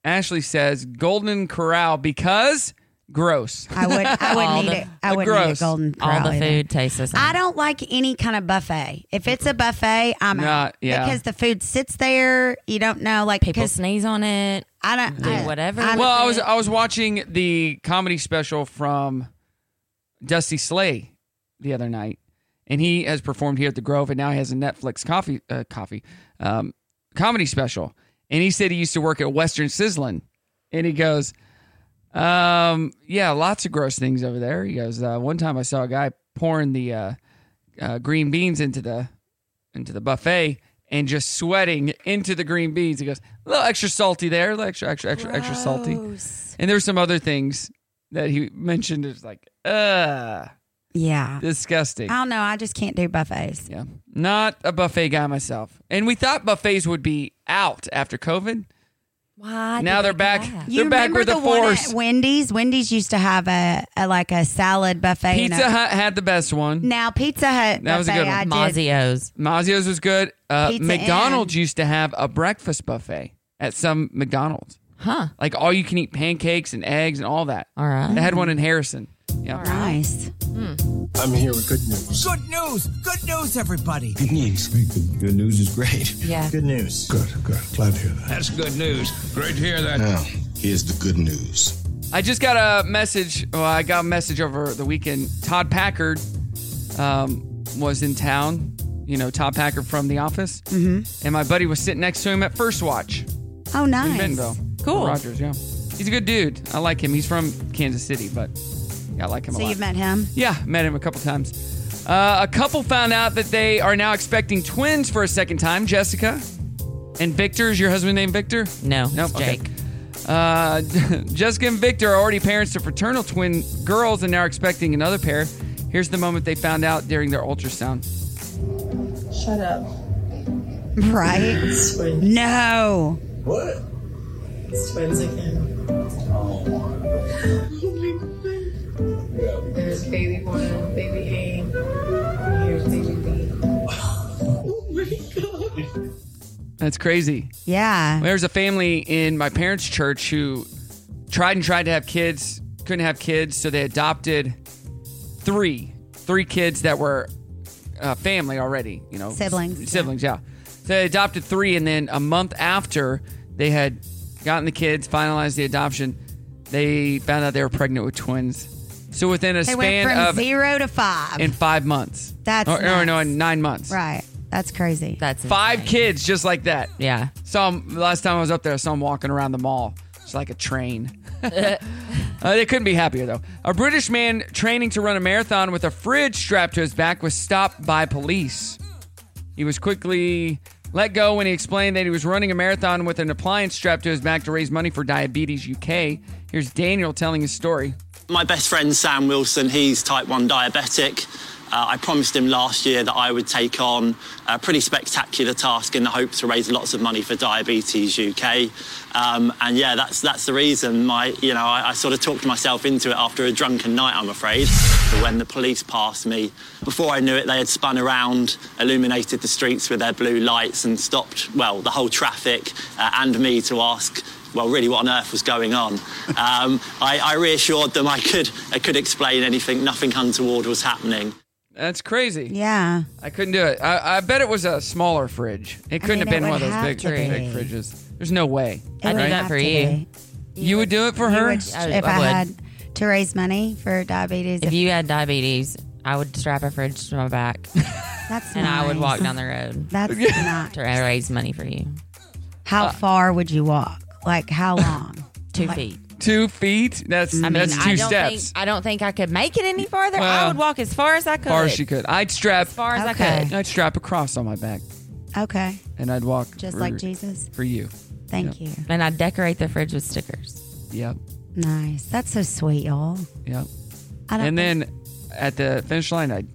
Speaker 5: Ashley says Golden Corral because gross.
Speaker 6: I would. I
Speaker 3: All
Speaker 6: wouldn't eat
Speaker 3: the-
Speaker 6: it. I wouldn't eat
Speaker 5: gross.
Speaker 6: a golden
Speaker 3: All
Speaker 6: corral.
Speaker 3: the
Speaker 6: either.
Speaker 3: food tastes the same.
Speaker 6: I don't like any kind of buffet. If it's a buffet, I'm
Speaker 3: Not-
Speaker 6: out
Speaker 3: yeah.
Speaker 6: because the food sits there. You don't know, like
Speaker 3: People
Speaker 6: 'cause
Speaker 3: sneeze on it.
Speaker 6: I don't
Speaker 3: do whatever.
Speaker 5: well, I was I was watching the comedy special from Dusty Slay the other night, and he has performed here at the Grove, and now he has a Netflix coffee uh, coffee um, comedy special. And he said he used to work at Western Sizzling, and he goes, um, "Yeah, lots of gross things over there." He goes, uh, "One time I saw a guy pouring the uh, uh, green beans into the into the buffet." And just sweating into the green beans. He goes, a little extra salty there, a little extra, extra, extra, extra salty. And there's some other things that he mentioned. It's like, uh,
Speaker 6: yeah,
Speaker 5: disgusting.
Speaker 6: I don't know. I just can't do buffets.
Speaker 5: Yeah. Not a buffet guy myself. And we thought buffets would be out after COVID.
Speaker 3: Why?
Speaker 5: now they're back.
Speaker 6: You
Speaker 5: They're back
Speaker 6: remember
Speaker 5: with the,
Speaker 6: the one
Speaker 5: force.
Speaker 6: at Wendy's? Wendy's used to have a, a like a salad buffet. and
Speaker 5: Pizza
Speaker 6: a-
Speaker 5: Hut had the best one.
Speaker 6: Now Pizza Hut.
Speaker 5: That was a
Speaker 6: buffet,
Speaker 5: good
Speaker 6: I
Speaker 5: one.
Speaker 6: did-
Speaker 3: Mazio's.
Speaker 5: Mazio's was good. Uh,
Speaker 6: Pizza
Speaker 5: McDonald's used to have a breakfast buffet at some McDonald's.
Speaker 3: Huh.
Speaker 5: Like all you can eat pancakes and eggs and all that.
Speaker 3: All right.
Speaker 5: They had one in Harrison. Yeah.
Speaker 6: Nice.
Speaker 16: I'm here with good news.
Speaker 2: Good news. Good news, everybody.
Speaker 16: Good news. Good, good news is great.
Speaker 3: Yeah.
Speaker 16: Good news. Good, good. Glad to hear that.
Speaker 15: That's good news. Great to hear that.
Speaker 16: Now, here's the good news.
Speaker 5: I just got a message. Well, I got a message over the weekend. Todd Packard um, was in town. You know, Todd Packard from The Office. Mm-hmm. And my buddy was sitting next to him at First Watch
Speaker 6: Oh,
Speaker 5: in
Speaker 6: nice.
Speaker 5: Bentonville.
Speaker 6: Cool.
Speaker 5: Rogers, yeah. He's a good dude. I like him. He's from Kansas City, but yeah, I like him a
Speaker 6: So
Speaker 5: lot.
Speaker 6: you've met him?
Speaker 5: Yeah, met him a couple times. Uh, a couple found out that they are now expecting twins for a second time. Jessica and Victor. Is your husband named Victor?
Speaker 3: No,
Speaker 5: no,
Speaker 3: it's Jake.
Speaker 5: Uh, Jessica and Victor are already parents to fraternal twin girls and now are expecting another pair. Here's the moment they found out during their ultrasound.
Speaker 18: Shut up.
Speaker 6: Right. no.
Speaker 18: What? It's twins again. There's baby one, baby A, here's baby B. Oh my god.
Speaker 5: That's crazy.
Speaker 6: Yeah.
Speaker 5: There's a family in my parents' church who tried and tried to have kids, couldn't have kids, so they adopted three, three kids that were uh, family already. You know,
Speaker 6: Siblings,
Speaker 5: S- siblings, yeah. So they adopted three, and then a month after they had gotten the kids, finalized the adoption, they found out they were pregnant with twins. So within a
Speaker 6: They
Speaker 5: span
Speaker 6: went from
Speaker 5: of
Speaker 6: zero to five.
Speaker 5: in Oh, five months,
Speaker 6: That's
Speaker 5: or, or no,
Speaker 6: nuts.
Speaker 5: in nine months,
Speaker 6: right. That's crazy.
Speaker 3: That's
Speaker 5: Five kids just like that.
Speaker 3: Yeah.
Speaker 5: Saw him last time I was up there. I saw him walking around the mall. It's like a train. uh, they couldn't be happier though. A British man training to run a marathon with a fridge strapped to his back was stopped by police. He was quickly let go when he explained that he was running a marathon with an appliance strapped to his back to raise money for Diabetes UK. Here's Daniel telling his story.
Speaker 19: My best friend Sam Wilson, he's type 1 diabetic. Uh, I promised him last year that I would take on a pretty spectacular task in the hope to raise lots of money for Diabetes UK. Um, and yeah, that's that's the reason. My, you know, I, I sort of talked myself into it after a drunken night, I'm afraid. But when the police passed me, before I knew it, they had spun around, illuminated the streets with their blue lights, and stopped well the whole traffic uh, and me to ask well, really, what on earth was going on? Um, I, I reassured them I could, I could explain anything, nothing untoward was happening.
Speaker 5: That's crazy.
Speaker 6: Yeah.
Speaker 5: I couldn't do it. I, I bet it was a smaller fridge. It couldn't
Speaker 6: mean,
Speaker 5: have been
Speaker 6: it
Speaker 5: one of
Speaker 6: would
Speaker 5: those
Speaker 6: have
Speaker 5: big,
Speaker 6: to
Speaker 5: big
Speaker 6: be.
Speaker 5: fridges. There's no way.
Speaker 6: It would have to be.
Speaker 5: You would do it for her?
Speaker 6: Which, if I, had to raise money for diabetes,
Speaker 3: If you had diabetes, I would strap a fridge to my back.
Speaker 6: That's
Speaker 3: and I would
Speaker 6: nice.
Speaker 3: walk down the road.
Speaker 6: That's not-
Speaker 3: to raise money for you.
Speaker 6: how
Speaker 3: Uh,
Speaker 6: far would you walk? Like how long?
Speaker 3: Two
Speaker 6: Like-
Speaker 3: feet.
Speaker 5: Two feet? That's
Speaker 3: I mean,
Speaker 5: that's two
Speaker 3: I don't
Speaker 5: steps.
Speaker 3: think I don't think I could make it any farther. I
Speaker 5: Well,
Speaker 3: would walk as far as I could.
Speaker 5: far as she could. I'd strap
Speaker 3: As far as I
Speaker 6: Okay. could.
Speaker 5: I'd strap a cross on my back
Speaker 6: Okay.
Speaker 5: and I'd walk
Speaker 6: Just
Speaker 5: for-
Speaker 6: like Jesus.
Speaker 5: for you.
Speaker 6: Thank you.
Speaker 3: And I'd decorate the fridge with stickers.
Speaker 5: Yep.
Speaker 6: Nice. That's so sweet, y'all.
Speaker 5: Yep.
Speaker 6: I don't
Speaker 5: And then at the finish line, I'd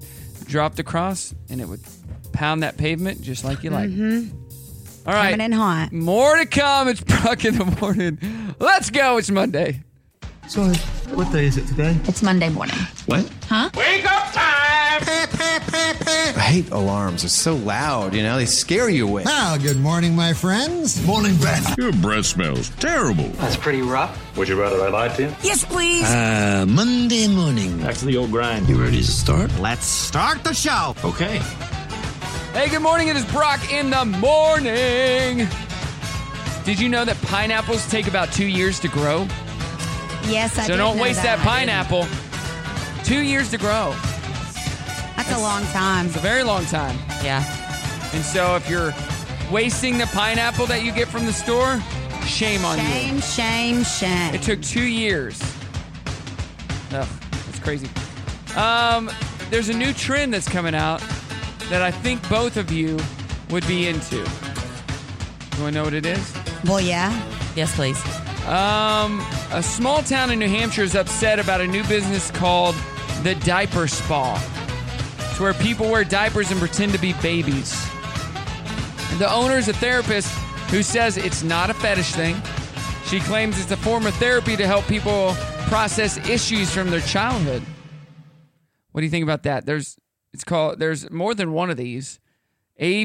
Speaker 5: drop the cross and it would pound that pavement just like you like.
Speaker 6: Mm-hmm.
Speaker 5: All right.
Speaker 6: Coming in hot.
Speaker 5: More to come. It's Brock in the morning. Let's go. It's Monday.
Speaker 20: So, what day is it today?
Speaker 13: It's Monday morning.
Speaker 16: What?
Speaker 13: Huh? Wake up
Speaker 16: I
Speaker 13: time!
Speaker 16: hate alarms. They're so loud, you know, they scare you away.
Speaker 20: Now, good morning, my friends. Morning, Brett.
Speaker 15: Your breath smells terrible. That's pretty rough. Would you rather I lied to you?
Speaker 20: Yes, please.
Speaker 15: Uh, Monday morning. Back to the old grind. You ready to start? Let's
Speaker 20: Start the show.
Speaker 15: Okay.
Speaker 5: Hey, good morning. It is Brock in the morning. Did you know that pineapples take about two years to grow?
Speaker 6: Yes, I
Speaker 5: so
Speaker 6: did
Speaker 5: don't
Speaker 6: know
Speaker 5: waste that,
Speaker 6: that.
Speaker 5: pineapple. Two years to grow.
Speaker 6: That's a long time.
Speaker 5: It's a very long time.
Speaker 3: Yeah.
Speaker 5: And so if you're wasting the pineapple that you get from the store, shame on you.
Speaker 6: Shame, shame, shame.
Speaker 5: It took two years. Ugh, that's crazy. Um, there's a new trend that's coming out that I think both of you would be into. You want to know what it is?
Speaker 6: Well, yeah.
Speaker 3: Yes, please.
Speaker 5: Um, a small town in New Hampshire is upset about a new business called the Diaper Spa. It's where people wear diapers and pretend to be babies. And the owner is a therapist who says it's not a fetish thing. She claims it's a form of therapy to help people process issues from their childhood. What do you think about that? There's it's called there's more than one of these.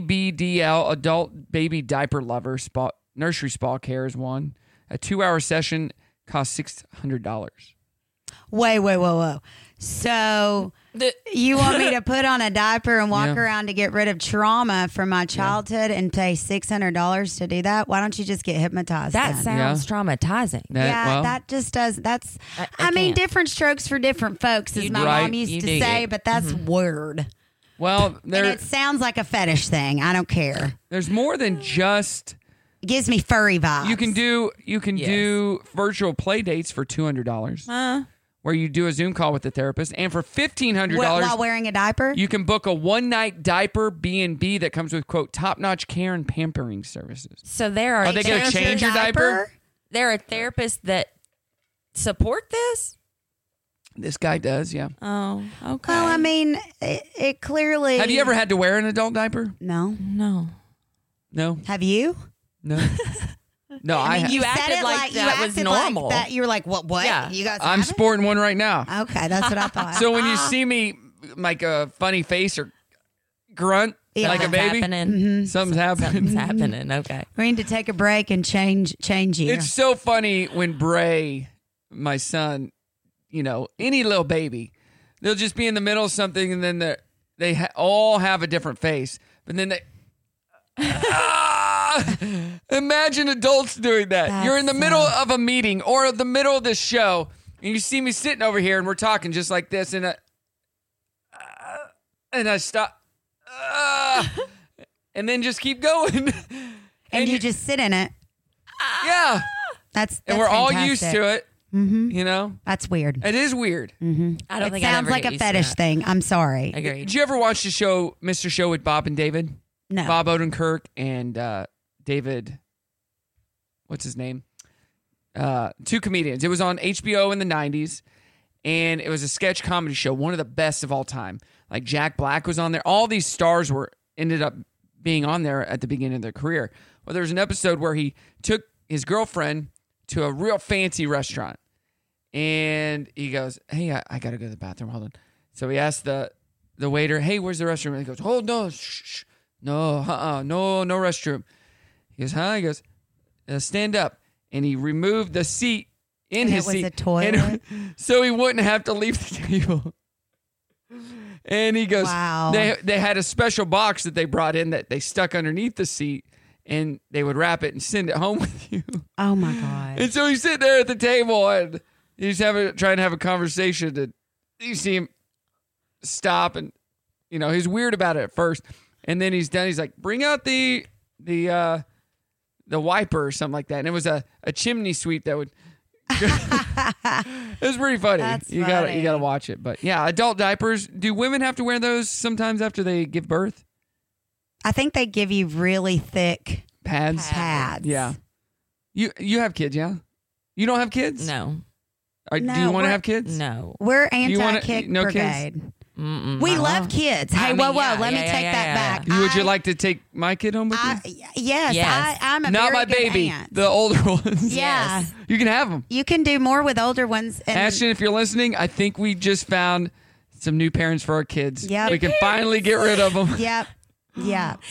Speaker 5: ABDL adult baby diaper lover spa nursery spa care is one. A 2-hour session costs $600.
Speaker 6: Wait, wait, whoa, whoa. So you want me to put on a diaper and walk
Speaker 5: Yeah.
Speaker 6: around to get rid of trauma from my childhood and pay six hundred dollars to do that? Why don't you just get hypnotized?
Speaker 3: That
Speaker 6: then?
Speaker 3: sounds traumatizing.
Speaker 6: yeah, that just does. That's. I, mean, different strokes for different folks, as
Speaker 5: You-
Speaker 6: my
Speaker 5: Right.
Speaker 6: mom used
Speaker 5: You
Speaker 6: to
Speaker 5: dig
Speaker 6: say,
Speaker 5: it.
Speaker 6: but that's word.
Speaker 5: Well, there
Speaker 6: and it sounds like a fetish thing. I don't care.
Speaker 5: There's more than just.
Speaker 6: It gives me furry vibes.
Speaker 5: You can do you can do virtual play dates for two hundred dollars,
Speaker 6: Huh?
Speaker 5: where you do a Zoom call with the therapist, and for fifteen hundred
Speaker 6: Wh-
Speaker 5: dollars,
Speaker 6: while wearing a diaper.
Speaker 5: you can book a one night diaper B and B that comes with quote top notch care and pampering services.
Speaker 3: So there are.
Speaker 5: Are they gonna change your diaper?
Speaker 3: There are therapists that support this.
Speaker 5: This guy does, yeah.
Speaker 3: Oh, okay.
Speaker 6: well, I mean, it, it clearly.
Speaker 5: Have you ever had to wear an adult diaper?
Speaker 6: No.
Speaker 3: No.
Speaker 5: No,
Speaker 6: Have you?
Speaker 5: no, no. I,
Speaker 6: mean,
Speaker 5: ha-
Speaker 6: you act-
Speaker 3: Acted
Speaker 6: Said it
Speaker 3: like
Speaker 6: like- you
Speaker 3: that was
Speaker 6: acted like
Speaker 3: normal.
Speaker 6: that. You were like, what? What?
Speaker 3: Yeah.
Speaker 6: You guys?
Speaker 5: I'm sporting one right now.
Speaker 6: okay, that's what I thought.
Speaker 5: So when you see me like a funny face or grunt
Speaker 6: Yeah.
Speaker 5: like a
Speaker 6: Something's
Speaker 5: baby,
Speaker 3: happening.
Speaker 5: something's happening.
Speaker 3: Something's happening. Okay.
Speaker 6: we need to take a break and change change you.
Speaker 5: It's so funny when Bray, my son, you know, any little baby, they'll just be in the middle of something and then they're- they ha- all have a different face. But then they. Ah! Imagine adults doing that. You're in the middle of a meeting or in the middle of this show, and you see me sitting over here and we're talking just like this, and I, Ah! and I stop. Ah! and then just keep going.
Speaker 6: and, you, just sit in it.
Speaker 5: yeah.
Speaker 6: That's,
Speaker 5: and
Speaker 6: that's
Speaker 5: we're all
Speaker 6: fantastic.
Speaker 5: used to it.
Speaker 6: Mhm.
Speaker 5: You know,
Speaker 6: That's weird.
Speaker 5: it is weird. Mm-hmm.
Speaker 3: I don't
Speaker 6: it
Speaker 3: think I'd
Speaker 6: sounds
Speaker 3: ever
Speaker 6: like
Speaker 3: get
Speaker 6: a
Speaker 3: used to
Speaker 6: fetish
Speaker 3: that.
Speaker 6: thing. I'm sorry.
Speaker 5: Did you ever watch the show, Mr. Show with Bob and David?
Speaker 6: No.
Speaker 5: Bob Odenkirk and uh, David, what's his name? Uh, two comedians. It was on HBO in the 90s, and it was a sketch comedy show, one of the best of all time. Like Jack Black was on there. All these stars were ended up being on there at the beginning of their career. Well, there was an episode where he took his girlfriend to a real fancy restaurant. And he goes, "Hey, I, I gotta go to the bathroom. Hold on." So he asks the the waiter, "Hey, where's the restroom?" And he goes, "Oh no, shh, shh. no, uh-uh, no, no restroom." He goes, "Huh?" He goes, uh, "Stand up." And he removed the seat in
Speaker 6: And it
Speaker 5: his
Speaker 6: was
Speaker 5: seat,
Speaker 6: a
Speaker 5: and-
Speaker 6: toilet?
Speaker 5: so he wouldn't have to leave the table. And he goes,
Speaker 6: Wow.
Speaker 5: They they had a special box that they brought in that they stuck underneath the seat, and they would wrap it and send it home with you.
Speaker 6: Oh my god.
Speaker 5: And so he's sitting there at the table and he's having trying to have a conversation and you see him stop and you know, he's weird about it at first. And then he's done, he's like, bring out the the uh the wiper or something like that. And it was a, a chimney sweep that would It was pretty funny.
Speaker 6: That's
Speaker 5: you gotta
Speaker 6: funny.
Speaker 5: you gotta watch it. But yeah, adult diapers. Do women have to wear those sometimes after they give birth?
Speaker 6: I think they give you really thick
Speaker 5: pads.
Speaker 6: Pads.
Speaker 5: Yeah. You you have kids, yeah? You don't have kids? No. do you
Speaker 6: No,
Speaker 5: want to
Speaker 6: we're-
Speaker 5: have kids?
Speaker 3: No.
Speaker 6: We're
Speaker 5: Do you wanna-
Speaker 6: anti-kick
Speaker 5: no kids? uh-huh.
Speaker 6: brigade. We love kids. Hey, whoa, whoa! let me take that back.
Speaker 5: You, would you like to take my kid home with you?
Speaker 6: Yes,
Speaker 5: Yes.
Speaker 6: I, I'm a
Speaker 5: Not
Speaker 6: very
Speaker 5: my
Speaker 6: good
Speaker 5: baby,
Speaker 6: aunt.
Speaker 5: the older ones.
Speaker 6: Yeah. Yes.
Speaker 5: You can have them.
Speaker 6: You can do more with older ones. And
Speaker 5: Ashton, if you're listening, I think we just found some new parents for our kids.
Speaker 6: Yep.
Speaker 5: We can finally get rid of them.
Speaker 6: Yep. Yep.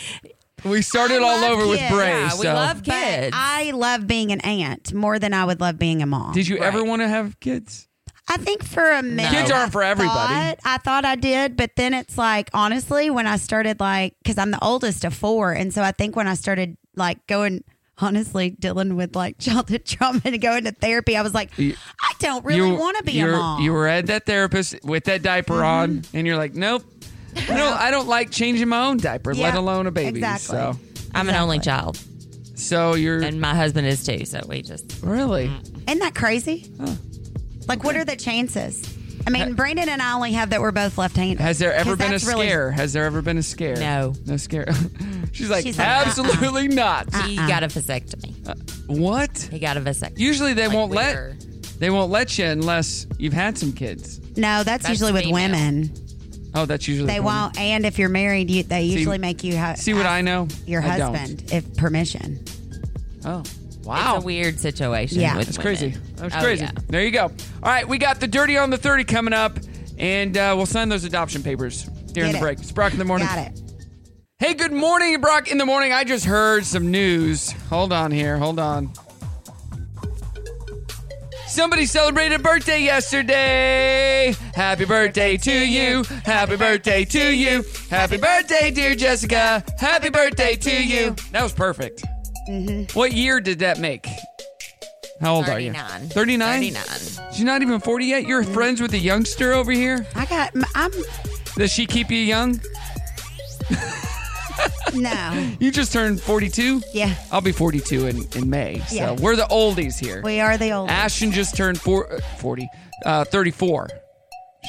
Speaker 5: We started all over with Bray. so.
Speaker 6: But I love being an aunt more than I would love being a mom.
Speaker 5: Did you ever want to have kids?
Speaker 6: I think for a minute.
Speaker 5: Kids
Speaker 6: I
Speaker 5: aren't for everybody.
Speaker 6: thought- I thought I did, but then it's like, honestly, when I started, like, because I'm the oldest of four. And so I think when I started, like, going, honestly, dealing with like childhood trauma and going to therapy, I was like,
Speaker 5: You-
Speaker 6: I don't really want to be a
Speaker 5: you're-
Speaker 6: mom. Mm-hmm.
Speaker 5: You were at that therapist with that diaper on, and you're like, nope. No, I don't like changing my own diaper, let
Speaker 3: Yeah,
Speaker 5: alone a baby.
Speaker 3: exactly.
Speaker 5: So
Speaker 3: I'm an only child.
Speaker 5: So you're
Speaker 3: and my husband is too. So we just
Speaker 5: really.
Speaker 6: Isn't that crazy? Like, what are the chances? I mean, Brandon and I only have that we're both left handed.
Speaker 5: Has there ever been a scare? Has there ever been a scare? No. No scare. She's like, absolutely not.
Speaker 3: He
Speaker 6: Uh-uh.
Speaker 3: got a vasectomy.
Speaker 5: what?
Speaker 3: He got a vasectomy.
Speaker 5: Usually they
Speaker 3: Like
Speaker 5: won't
Speaker 3: we
Speaker 5: let
Speaker 3: were-
Speaker 5: they won't let you unless you've had some kids.
Speaker 6: No, that's,
Speaker 5: That's
Speaker 6: usually with
Speaker 5: female.
Speaker 6: women.
Speaker 5: Oh, that's usually
Speaker 6: They
Speaker 5: the woman.
Speaker 6: won't. And if you're married, you, they
Speaker 5: See-
Speaker 6: usually make you ha-
Speaker 5: See what
Speaker 6: ask
Speaker 5: I know?
Speaker 6: your
Speaker 5: I don't.
Speaker 6: husband if permission.
Speaker 5: Oh, wow.
Speaker 3: It's a weird situation.
Speaker 6: Yeah.
Speaker 3: with
Speaker 5: That's
Speaker 3: women.
Speaker 5: crazy. That's
Speaker 3: Oh,
Speaker 5: crazy.
Speaker 3: yeah.
Speaker 5: There you go. All right, we got the dirty on the thirty coming up, and uh, we'll sign those adoption papers during
Speaker 3: Get
Speaker 5: the
Speaker 3: it.
Speaker 5: break. It's Brock in the morning.
Speaker 6: Got it.
Speaker 5: Hey, good morning, Brock in the morning. I just heard some news. Hold on here. Hold on. Somebody celebrated a birthday yesterday. Happy birthday to you. Happy birthday to you. Happy birthday, dear Jessica. Happy birthday to you. That was perfect. What year did that make? How old are you?
Speaker 3: 39.
Speaker 5: 39?
Speaker 3: 39.
Speaker 5: She's not even 40 yet. You're friends with a youngster over here?
Speaker 6: I got. I'm.
Speaker 5: Does she keep you young?
Speaker 6: No.
Speaker 5: You just turned 42?
Speaker 6: Yeah.
Speaker 5: I'll be 42 in, in May. So
Speaker 6: Yeah.
Speaker 5: we're the oldies here.
Speaker 6: We are the old.
Speaker 5: Ashton just turned four, uh, 40, uh, 34.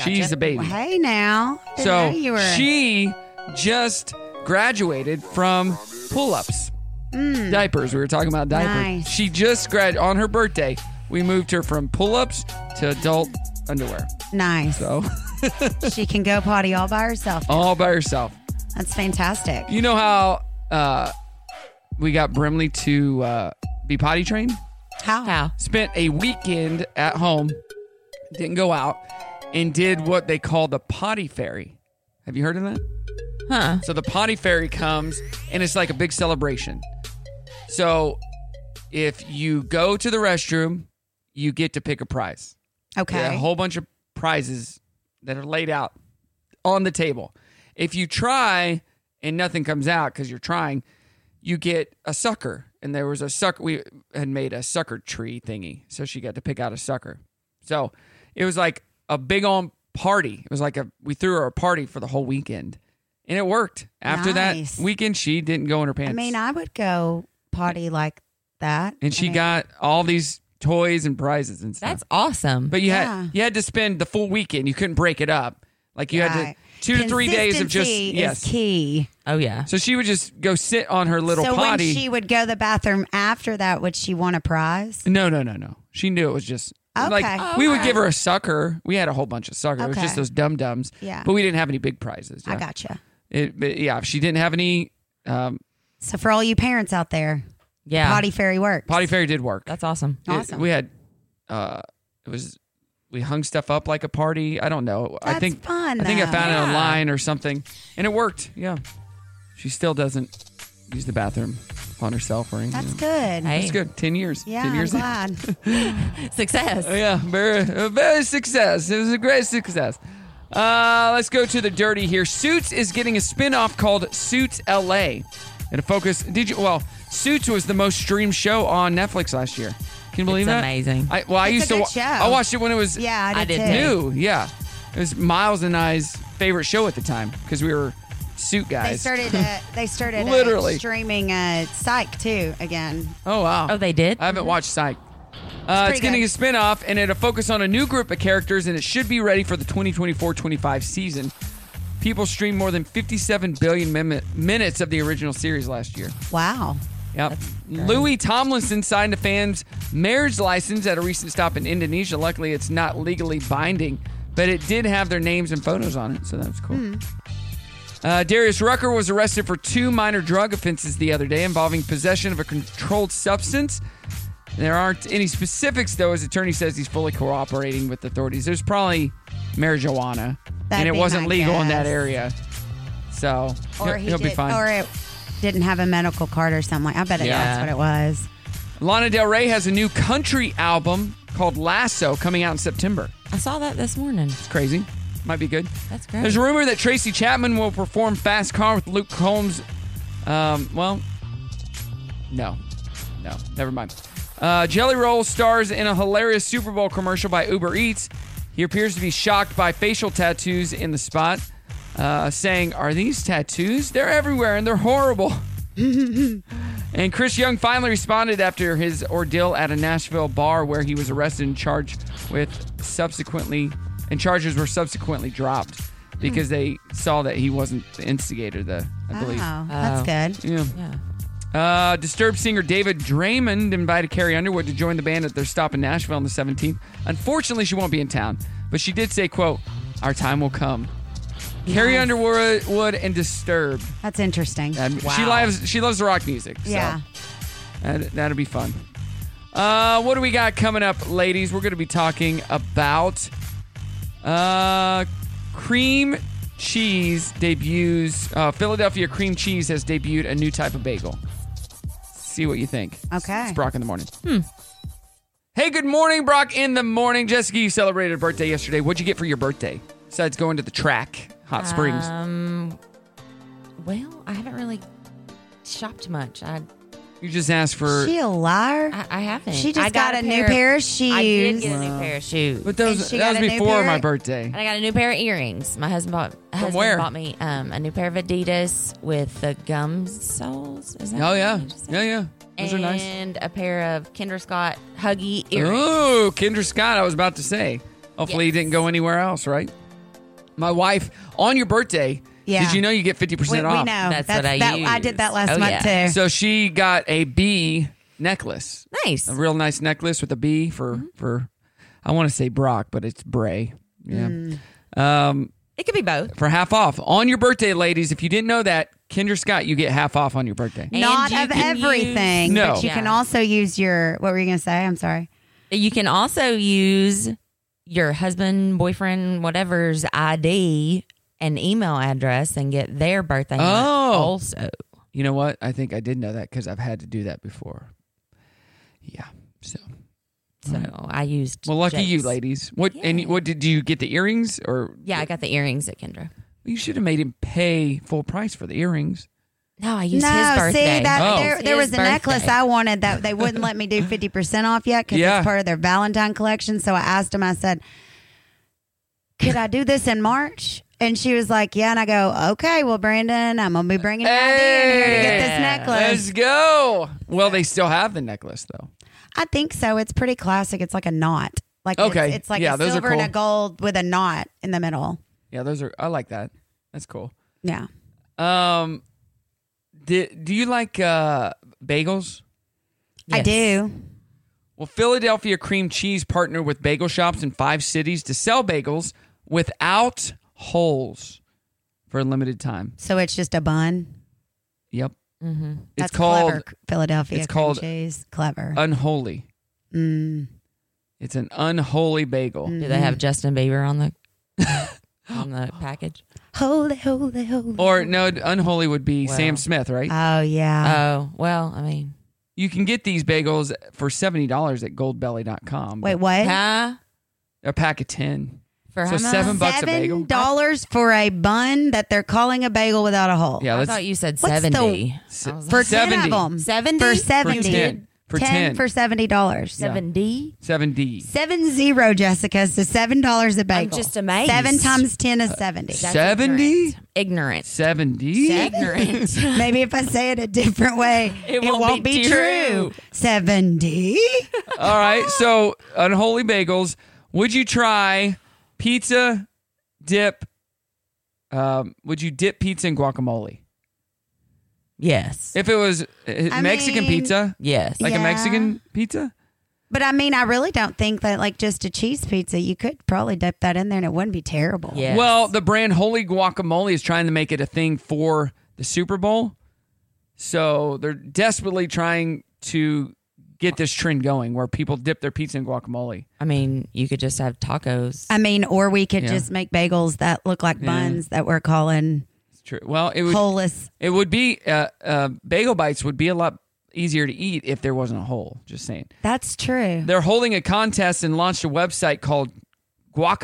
Speaker 5: She's a baby.
Speaker 6: Hey now. Didn't
Speaker 5: So
Speaker 6: know you were.
Speaker 5: she just graduated from pull ups,
Speaker 6: Mm.
Speaker 5: diapers. We were talking about diapers.
Speaker 6: Nice.
Speaker 5: She just grad on her birthday. We moved her from pull ups to adult underwear.
Speaker 6: Nice.
Speaker 5: So
Speaker 6: she can go potty all by herself.
Speaker 5: all by herself.
Speaker 6: That's fantastic.
Speaker 5: You know how uh, we got Brimley to uh, be potty trained?
Speaker 6: How?
Speaker 3: How?
Speaker 5: Spent a weekend at home, didn't go out, and did what they call the potty fairy. Have you heard of that?
Speaker 3: Huh.
Speaker 5: So the potty fairy comes and it's like a big celebration. So if you go to the restroom, you get to pick a prize.
Speaker 6: Okay.
Speaker 5: Yeah, a whole bunch of prizes that are laid out on the table. If you try and nothing comes out because you're trying, you get a sucker. And there was a sucker. We had made a sucker tree thingy. So she got to pick out a sucker. So it was like a big on party. It was like a, we threw her a party for the whole weekend. And it worked. After
Speaker 6: Nice.
Speaker 5: that weekend, she didn't go in her pants.
Speaker 6: I mean, I would go potty like that.
Speaker 5: and she
Speaker 6: I mean,
Speaker 5: got all these toys and prizes and stuff.
Speaker 3: That's awesome.
Speaker 5: But you
Speaker 6: Yeah.
Speaker 5: had you had to spend the full weekend. You couldn't break it up. Like you had
Speaker 6: Right.
Speaker 5: to two to three days of just
Speaker 6: Consistency is
Speaker 5: yes
Speaker 6: key.
Speaker 3: Oh yeah.
Speaker 5: So she would just go sit on her little
Speaker 6: so
Speaker 5: potty.
Speaker 6: when she would go to the bathroom after that, would she want a prize?
Speaker 5: no, no, no, no. She knew it was just like
Speaker 6: Okay.
Speaker 5: we would
Speaker 6: Okay.
Speaker 5: give her a sucker. We had a whole bunch of sucker. It was
Speaker 6: Okay.
Speaker 5: just those dum dums.
Speaker 6: Yeah.
Speaker 5: But we didn't have any big prizes.
Speaker 6: I
Speaker 5: yeah.
Speaker 6: gotcha.
Speaker 5: It, but yeah. If she didn't have any, um,
Speaker 6: So for all you parents out there,
Speaker 5: Yeah.
Speaker 6: potty fairy work.
Speaker 5: potty fairy did work.
Speaker 3: That's awesome.
Speaker 5: It- we had uh, it was we hung stuff up like a party. I don't know. I
Speaker 6: That's
Speaker 5: think
Speaker 6: fun,
Speaker 5: I think I
Speaker 6: though.
Speaker 5: found
Speaker 6: Yeah.
Speaker 5: it online or something, and it worked. Yeah. She still doesn't use the bathroom on herself or anything.
Speaker 6: That's good.
Speaker 5: That's good. Ten years.
Speaker 6: Yeah,
Speaker 5: Ten
Speaker 6: I'm
Speaker 5: years.
Speaker 6: glad.
Speaker 3: Success.
Speaker 5: Yeah, very, very success. It was a great success. Uh, let's go to the dirty here. Suits is getting a spin-off called Suits LA. And a focus did you well, Suits was the most streamed show on Netflix last year. Can you believe
Speaker 3: It's
Speaker 5: that?
Speaker 3: amazing.
Speaker 5: I, well, I
Speaker 3: It's
Speaker 5: used
Speaker 3: a
Speaker 5: to
Speaker 3: good
Speaker 5: wa-
Speaker 3: show.
Speaker 5: I watched it when it was
Speaker 6: Yeah, I did I did too.
Speaker 5: new. Yeah. It was Miles and I's favorite show at the time because we were suit guys.
Speaker 6: They started. Uh, they started uh,
Speaker 5: Literally.
Speaker 6: streaming uh, Psych too again.
Speaker 5: Oh wow! Oh, they did. I haven't watched Psych. Uh,
Speaker 6: pretty
Speaker 5: it's getting
Speaker 6: good.
Speaker 5: a spin-off and it'll focus on a new group of characters and it should be ready for the 2024-25 season. People streamed more than 57 billion min- minutes of the original series last year.
Speaker 6: Wow.
Speaker 5: Yep. Louis Tomlinson signed a fan's marriage license at a recent stop in Indonesia. Luckily, it's not legally binding, but it did have their names and photos on it, so that was cool.
Speaker 6: Hmm.
Speaker 5: Uh, Darius Rucker was arrested for two minor drug offenses the other day involving possession of a controlled substance. There aren't any specifics, though. His attorney says he's fully cooperating with authorities. There's probably marijuana,
Speaker 6: That'd
Speaker 5: and it
Speaker 6: be
Speaker 5: wasn't
Speaker 6: my
Speaker 5: legal in
Speaker 6: guess.
Speaker 5: that area. So he'll,
Speaker 6: Or he
Speaker 5: he'll
Speaker 6: did,
Speaker 5: be fine.
Speaker 6: Or it didn't have a medical card or something. like I bet it,
Speaker 5: Yeah.
Speaker 6: that's what it was.
Speaker 5: Lana Del Rey has a new country album called Lasso coming out in September.
Speaker 3: I saw that this morning.
Speaker 5: It's crazy. Might be good.
Speaker 3: That's great.
Speaker 5: There's a rumor that Tracy Chapman will perform Fast Car with Luke Combs. Um, well, no. No, never mind. Uh, Jelly Roll stars in a hilarious Super Bowl commercial by Uber Eats. He appears to be shocked by facial tattoos in the spot, uh, saying, Are these tattoos? They're everywhere and they're horrible. And Chris Young finally responded after his ordeal at a Nashville bar where he was arrested and charged with subsequently, and charges were subsequently dropped because they saw that he wasn't the instigator, the, I believe.
Speaker 6: Oh, that's
Speaker 5: good. Yeah. Uh, Disturbed singer David Draymond invited Carrie Underwood to join the band at their stop in Nashville on the 17th. Unfortunately, she won't be in town, but she did say, quote, our time will come. Carrie
Speaker 6: Nice.
Speaker 5: Underwood Wood and Disturbed.
Speaker 6: That's interesting.
Speaker 5: And She loves she loves rock music. so
Speaker 6: Yeah.
Speaker 5: that, that'll be fun. Uh, what do we got coming up, ladies? We're going to be talking about uh, cream cheese debuts. Uh, Philadelphia cream cheese has debuted a new type of bagel. See what you think.
Speaker 6: Okay.
Speaker 5: It's Brock in the morning. Hey, good morning, Brock in the morning. Jessica, you celebrated a birthday yesterday. What'd you get for your birthday? Besides going to the track, Hot Springs.
Speaker 3: Um, well, I haven't really shopped much. I
Speaker 5: you just asked for.
Speaker 6: She a liar.
Speaker 3: I, I haven't.
Speaker 6: She just
Speaker 3: I
Speaker 6: got, a, new pair of shoes.
Speaker 3: I did get a new pair of shoes.
Speaker 5: But those, that was before my birthday.
Speaker 3: And I got a new pair of earrings. My husband bought husband
Speaker 5: where?
Speaker 3: bought me um, a new pair of Adidas with the gum soles. Is that
Speaker 5: Oh,
Speaker 3: what
Speaker 5: yeah.
Speaker 3: you just said?
Speaker 5: Yeah, yeah. Those are nice.
Speaker 3: And a pair of Kinder Scott Huggy earrings.
Speaker 5: Oh, Kendra Scott, I was about to say. Hopefully you didn't go anywhere else, right? My wife, on your birthday,
Speaker 6: Yeah.
Speaker 5: did you know you get 50%
Speaker 6: We- we
Speaker 5: off?
Speaker 6: know. That's That's- what I that- I did that used. last
Speaker 5: Oh,
Speaker 6: month, too.
Speaker 5: So she got a bee necklace.
Speaker 3: Nice.
Speaker 5: A real nice necklace with a bee for,
Speaker 6: Mm-hmm.
Speaker 5: for I want to say Brock, but it's Bray. Yeah.
Speaker 6: Mm.
Speaker 5: Um,
Speaker 3: it could be both.
Speaker 5: For half off. On your birthday, ladies, if you didn't know that, Kendra Scott, you get half off on your birthday.
Speaker 6: Not
Speaker 3: you
Speaker 6: of
Speaker 3: can use-
Speaker 6: everything.
Speaker 5: No.
Speaker 6: But you
Speaker 5: Yeah.
Speaker 6: can also use your, what were you going to say? I'm sorry.
Speaker 3: You can also use your husband, boyfriend, whatever's ID and email address and get their birthday. month
Speaker 5: Oh.
Speaker 3: also.
Speaker 5: You know what? I think I did know that because I've had to do that before. Yeah. So.
Speaker 3: So I used.
Speaker 5: Well, lucky you,
Speaker 3: Jake's.
Speaker 5: ladies. What and you- what did you get the earrings or?
Speaker 3: Yeah, I got the earrings at Kendra.
Speaker 5: You should have made him pay full price for the earrings.
Speaker 3: No, I
Speaker 6: No,
Speaker 3: used his birthday.
Speaker 6: see, that,
Speaker 5: Oh.
Speaker 6: there, there
Speaker 3: His
Speaker 6: was a necklace
Speaker 3: birthday.
Speaker 6: I wanted that they wouldn't let me do 50% off yet because
Speaker 5: Yeah.
Speaker 6: it's part of their Valentine collection. So I asked him, I said, could I do this in March? And she was like, yeah. And I go, okay, well, Brandon, I'm going to be bringing an ID in here to get this necklace.
Speaker 5: Let's go. Well, they still have the necklace though.
Speaker 6: I think so. It's pretty classic. It's like a knot. Like
Speaker 5: Okay.
Speaker 6: It's, it's like
Speaker 5: Yeah,
Speaker 6: a
Speaker 5: those are
Speaker 6: silver and a
Speaker 5: cool.
Speaker 6: gold with a knot in the middle.
Speaker 5: Yeah, those are. I like that. That's cool.
Speaker 6: Yeah.
Speaker 5: Um, do, do you like uh bagels?
Speaker 6: I do.
Speaker 5: Well, Philadelphia cream cheese partnered with bagel shops in five cities to sell bagels without holes for a limited time.
Speaker 6: So it's just a bun.
Speaker 5: Yep.
Speaker 6: Mm-hmm.
Speaker 5: It's
Speaker 6: That's
Speaker 5: called
Speaker 6: clever, Philadelphia.
Speaker 5: It's
Speaker 6: cream
Speaker 5: called Uh,
Speaker 6: cheese. Clever.
Speaker 5: Unholy.
Speaker 6: Mm.
Speaker 5: It's an unholy bagel.
Speaker 3: Do they have Justin Bieber on the on the package?
Speaker 6: Holy, holy, holy.
Speaker 5: Or no, unholy would be
Speaker 3: Well.
Speaker 5: Sam Smith, right?
Speaker 6: Oh
Speaker 5: Um,
Speaker 6: yeah.
Speaker 3: Oh well, I mean,
Speaker 5: you can get these bagels
Speaker 6: Eh?
Speaker 5: for seventy dollars at goldbelly.com.
Speaker 6: Wait, what?
Speaker 3: huh?
Speaker 5: A pack of ten.
Speaker 3: For
Speaker 5: So seven bucks a bagel?
Speaker 6: Seven dollars for a bun that they're calling a bagel without a hole.
Speaker 5: Yeah, I let's-
Speaker 3: thought you said
Speaker 6: What's the-
Speaker 3: 70. I was
Speaker 6: for
Speaker 3: like,
Speaker 6: ten of
Speaker 3: 70.
Speaker 6: them.
Speaker 3: 70?
Speaker 6: for
Speaker 3: For
Speaker 6: seventy.
Speaker 5: 10. For 10.
Speaker 6: for seventy dollars.
Speaker 5: Yeah.
Speaker 3: 70?
Speaker 5: Seven D.
Speaker 6: Seven zero, Jessica. So seven dollars a bagel.
Speaker 3: just amazed.
Speaker 6: Seven times ten
Speaker 5: Uh,
Speaker 6: is seventy.
Speaker 5: Seventy.
Speaker 3: Ignorant.
Speaker 5: Seventy.
Speaker 6: Maybe if I say it a different way, it
Speaker 3: It
Speaker 6: won't,
Speaker 3: won't
Speaker 6: be,
Speaker 3: be
Speaker 6: true.
Speaker 3: true.
Speaker 6: Seventy.
Speaker 5: All right. So unholy bagels. Would you try pizza dip? Um, would you dip pizza in guacamole?
Speaker 3: Yes.
Speaker 5: If it was uh, Mexican
Speaker 6: mean,
Speaker 5: pizza,
Speaker 3: Yes.
Speaker 5: like
Speaker 6: yeah.
Speaker 5: a Mexican pizza.
Speaker 6: But I mean, I really don't think that like just a cheese pizza, you could probably dip that in there and it wouldn't be terrible.
Speaker 5: Well, the brand Holy Guacamole is trying to make it a thing for the Super Bowl. So they're desperately trying to get this trend going where people dip their pizza in guacamole.
Speaker 3: I mean, you could just have tacos.
Speaker 6: I mean, or we could
Speaker 5: Yeah.
Speaker 6: just make bagels that look like
Speaker 5: Yeah.
Speaker 6: buns that we're calling
Speaker 5: It's true. Well, it would
Speaker 6: holeless.
Speaker 5: it would be uh, uh, bagel bites would be a lot easier to eat if there wasn't a hole. Just saying.
Speaker 6: That's true.
Speaker 5: They're holding a contest and launched a website called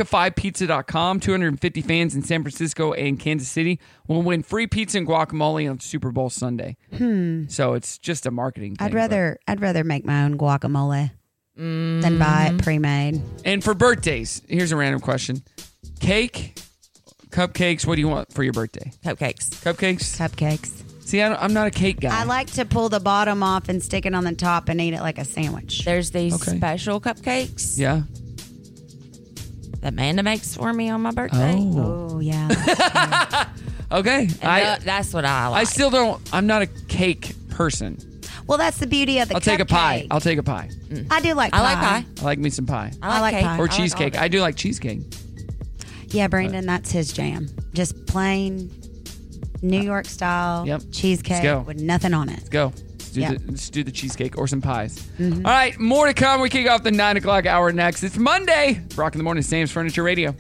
Speaker 5: guacafypizza.com. 250 fans in San Francisco and Kansas City will win free pizza and guacamole on Super Bowl Sunday.
Speaker 6: Hmm.
Speaker 5: So it's just a marketing thing.
Speaker 6: I'd rather I'd rather make my own guacamole
Speaker 5: Mm.
Speaker 6: than buy it pre-made.
Speaker 5: but- And for birthdays, here's a random question. Cake, cupcakes, what do you want for your birthday?
Speaker 3: Cupcakes.
Speaker 5: Cupcakes?
Speaker 6: Cupcakes.
Speaker 5: See, I don't, I'm not a cake guy.
Speaker 6: I like to pull the bottom off and stick it on the top and eat it like a sandwich.
Speaker 3: There's these special cupcakes
Speaker 5: Yeah.
Speaker 3: that Amanda makes for me on my birthday.
Speaker 6: Oh, yeah.
Speaker 5: Okay.
Speaker 3: And
Speaker 5: I
Speaker 3: tha- that's what I like.
Speaker 5: I still don't I'm not a cake person.
Speaker 6: Well, that's the beauty of the
Speaker 5: I'll take a pie.
Speaker 6: cupcake.
Speaker 5: I'll take a pie.
Speaker 6: I do like pie.
Speaker 3: I like pie.
Speaker 5: I like me some pie.
Speaker 6: I like cake.
Speaker 5: Or
Speaker 6: I like all
Speaker 5: cheesecake. I do like cheesecake.
Speaker 6: Yeah, Brandon, that's his jam. Just plain New York style
Speaker 5: Yep.
Speaker 6: cheesecake
Speaker 5: Let's go.
Speaker 6: with nothing on it.
Speaker 5: Let's go. Let's do,
Speaker 6: Yeah. Mm-hmm.
Speaker 5: the, let's do the cheesecake or some pies. All right, more to come. We kick off the nine o'clock hour next. It's Monday. Rock in the morning, Sam's Furniture Radio.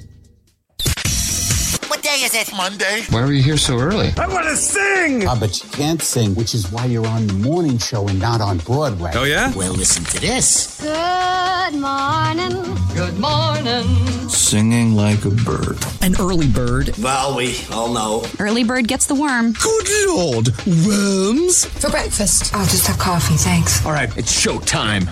Speaker 20: What day is it? Monday.
Speaker 16: Why were you here so early?
Speaker 20: I want to sing.
Speaker 16: Ah, but you can't sing, which is why you're on the morning show and not on Broadway.
Speaker 20: Oh, yeah?
Speaker 16: Well, listen to this.
Speaker 13: Good morning. Good morning.
Speaker 16: Singing like a bird. An early bird. Well, we all know.
Speaker 13: Early bird gets the worm.
Speaker 16: Good lord, worms.
Speaker 13: For breakfast. I'll just have coffee, thanks.
Speaker 16: All right, it's showtime.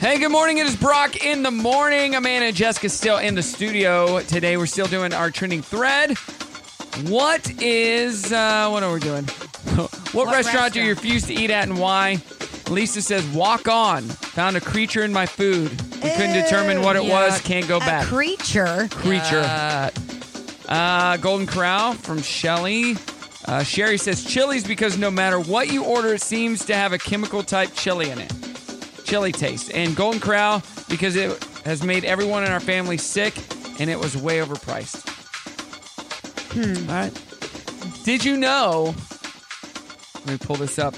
Speaker 5: Hey, good morning. It is Brock in the morning. Amanda and Jessica still in the studio today. We're still doing our trending thread. What is uh, what are we doing? what, restaurant, do you refuse to eat at and why? Lisa says, "Walk on." Found a creature in my food. We couldn't determine what it was. Can't go
Speaker 6: a
Speaker 5: back.
Speaker 6: creature.
Speaker 5: creature. Uh, Golden Corral from Shelly. Uh, Sherry says chilies because no matter what you order, it seems to have a chemical type chili in it. Chili taste. And Golden Corral because it has made everyone in our family sick and it was way overpriced.
Speaker 6: Hmm.
Speaker 5: All right. Did you know? Let me pull this up.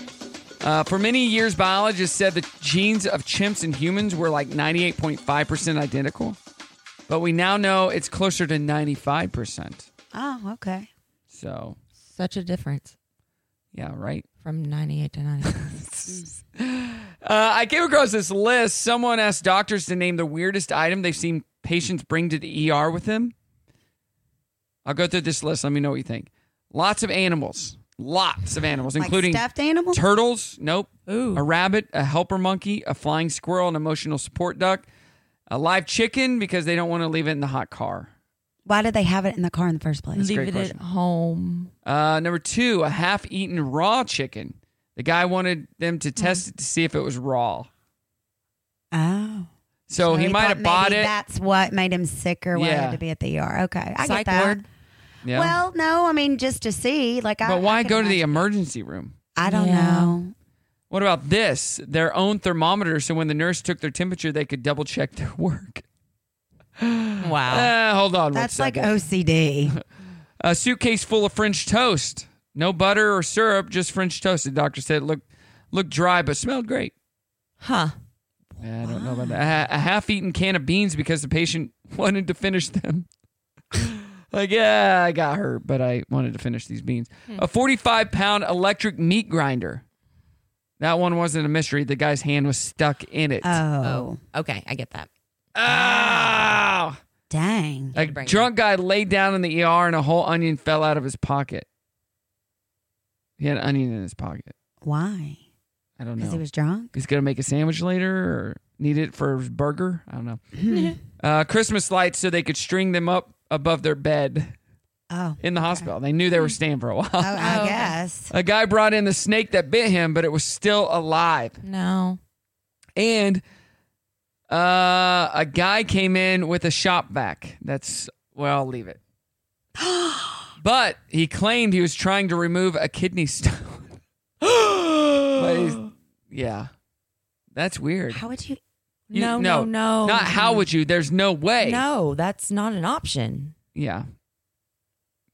Speaker 5: Uh, for many years, biologists said the genes of chimps and humans were like 98.5% identical, but we now know it's closer to 95%.
Speaker 6: Oh, okay.
Speaker 5: So,
Speaker 3: Such a difference
Speaker 5: yeah, right.
Speaker 3: from 98 to 90.
Speaker 5: Uh, I came across this list. Someone asked doctors to name the weirdest item they've seen patients bring to the ER with them. I'll go through this list. Let me know what you think. Lots of animals. Lots of animals,
Speaker 6: Like
Speaker 5: including
Speaker 6: stuffed animals?
Speaker 5: turtles. Nope. A rabbit, a helper monkey, a flying squirrel, an emotional support duck, a live chicken because they don't want to leave it in the hot car.
Speaker 6: Why did they have it in the car in the first place?
Speaker 5: That's a
Speaker 3: Leave
Speaker 5: great
Speaker 3: it
Speaker 5: question.
Speaker 3: at home.
Speaker 5: Uh, number two, a half-eaten raw chicken. The guy wanted them to
Speaker 6: Hmm.
Speaker 5: test it to see if it was raw.
Speaker 6: Oh.
Speaker 5: So, he, might
Speaker 6: thought
Speaker 5: have bought
Speaker 6: maybe
Speaker 5: it.
Speaker 6: That's what made him sick or why he
Speaker 5: Yeah.
Speaker 6: had to be at the ER. Okay. I
Speaker 3: Psych
Speaker 6: get that.
Speaker 3: ward.
Speaker 5: Yeah.
Speaker 6: Well, no, I mean, just to see. Like, I,
Speaker 5: but why
Speaker 6: I could
Speaker 5: go to the
Speaker 6: imagine-
Speaker 5: emergency room?
Speaker 6: I don't
Speaker 3: Yeah.
Speaker 6: know.
Speaker 5: What about this? Their own thermometer, so when the nurse took their temperature, they could double check their work.
Speaker 3: Wow.
Speaker 5: Uh, hold on. one
Speaker 6: That's like
Speaker 5: second.
Speaker 6: OCD.
Speaker 5: a suitcase full of French toast. No butter or syrup, just French toast. The doctor said it looked looked dry, but smelled great.
Speaker 3: Huh.
Speaker 5: I don't know about that. A, a half-eaten can of beans because the patient wanted to finish them. like, yeah, I got hurt, but I wanted to finish these beans. A 45-pound electric meat grinder. That one wasn't a mystery. The guy's hand was stuck in it.
Speaker 6: oh.
Speaker 3: Okay, I get that.
Speaker 5: Ow!
Speaker 6: Dang.
Speaker 5: A drunk guy laid down in the ER and a whole onion fell out of his pocket. He had an onion in his pocket.
Speaker 6: Why?
Speaker 5: I don't know.
Speaker 6: Because he was drunk?
Speaker 5: He's going to make a sandwich later or need it for his burger. I don't know. uh, Christmas lights so they could string them up above their bed.
Speaker 6: Oh.
Speaker 5: In the hospital. They knew they were staying for a while.
Speaker 6: Oh, I guess.
Speaker 5: A guy brought in the snake that bit him, but it was still alive.
Speaker 3: No.
Speaker 5: And uh, a guy came in with a shop vac. That's where I'll leave it. but he claimed he was trying to remove a kidney stone. But he's- yeah. That's weird.
Speaker 3: How would you?
Speaker 5: You-
Speaker 3: no, no, no,
Speaker 5: Not how would you? There's no way.
Speaker 3: No, that's not an option.
Speaker 5: Yeah.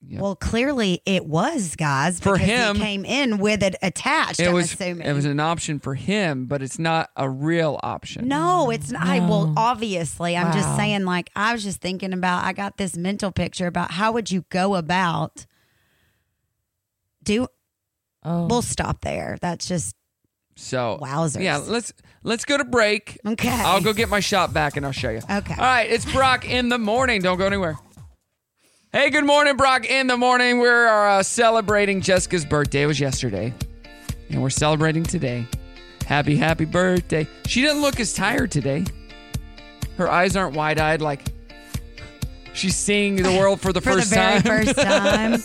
Speaker 6: Well, clearly it was, guys.
Speaker 5: For
Speaker 6: because
Speaker 5: him-
Speaker 6: he came in with it attached.
Speaker 5: It
Speaker 6: I'm
Speaker 5: was
Speaker 6: assuming.
Speaker 5: it was an option for him, but it's not a real option.
Speaker 6: No, it's not. I, well,
Speaker 5: No.
Speaker 6: obviously, I'm just
Speaker 5: Wow.
Speaker 6: saying, like, I was just thinking about, I got this mental picture about how would you go about do.
Speaker 5: Oh,
Speaker 6: We'll stop there. That's just,
Speaker 5: So
Speaker 6: Wowzers.
Speaker 5: Yeah, let's let's go to break.
Speaker 6: Okay.
Speaker 5: I'll go get my shop back and I'll show you.
Speaker 6: Okay.
Speaker 5: All right, it's Brock in the morning. Don't go anywhere. Hey, good morning, Brock in the morning. We are uh, celebrating Jessica's birthday. It was yesterday, and we're celebrating today. Happy, happy birthday. She doesn't look as tired today. Her eyes aren't wide eyed, like she's seeing the world for the
Speaker 6: For the
Speaker 5: first time.
Speaker 6: very first time.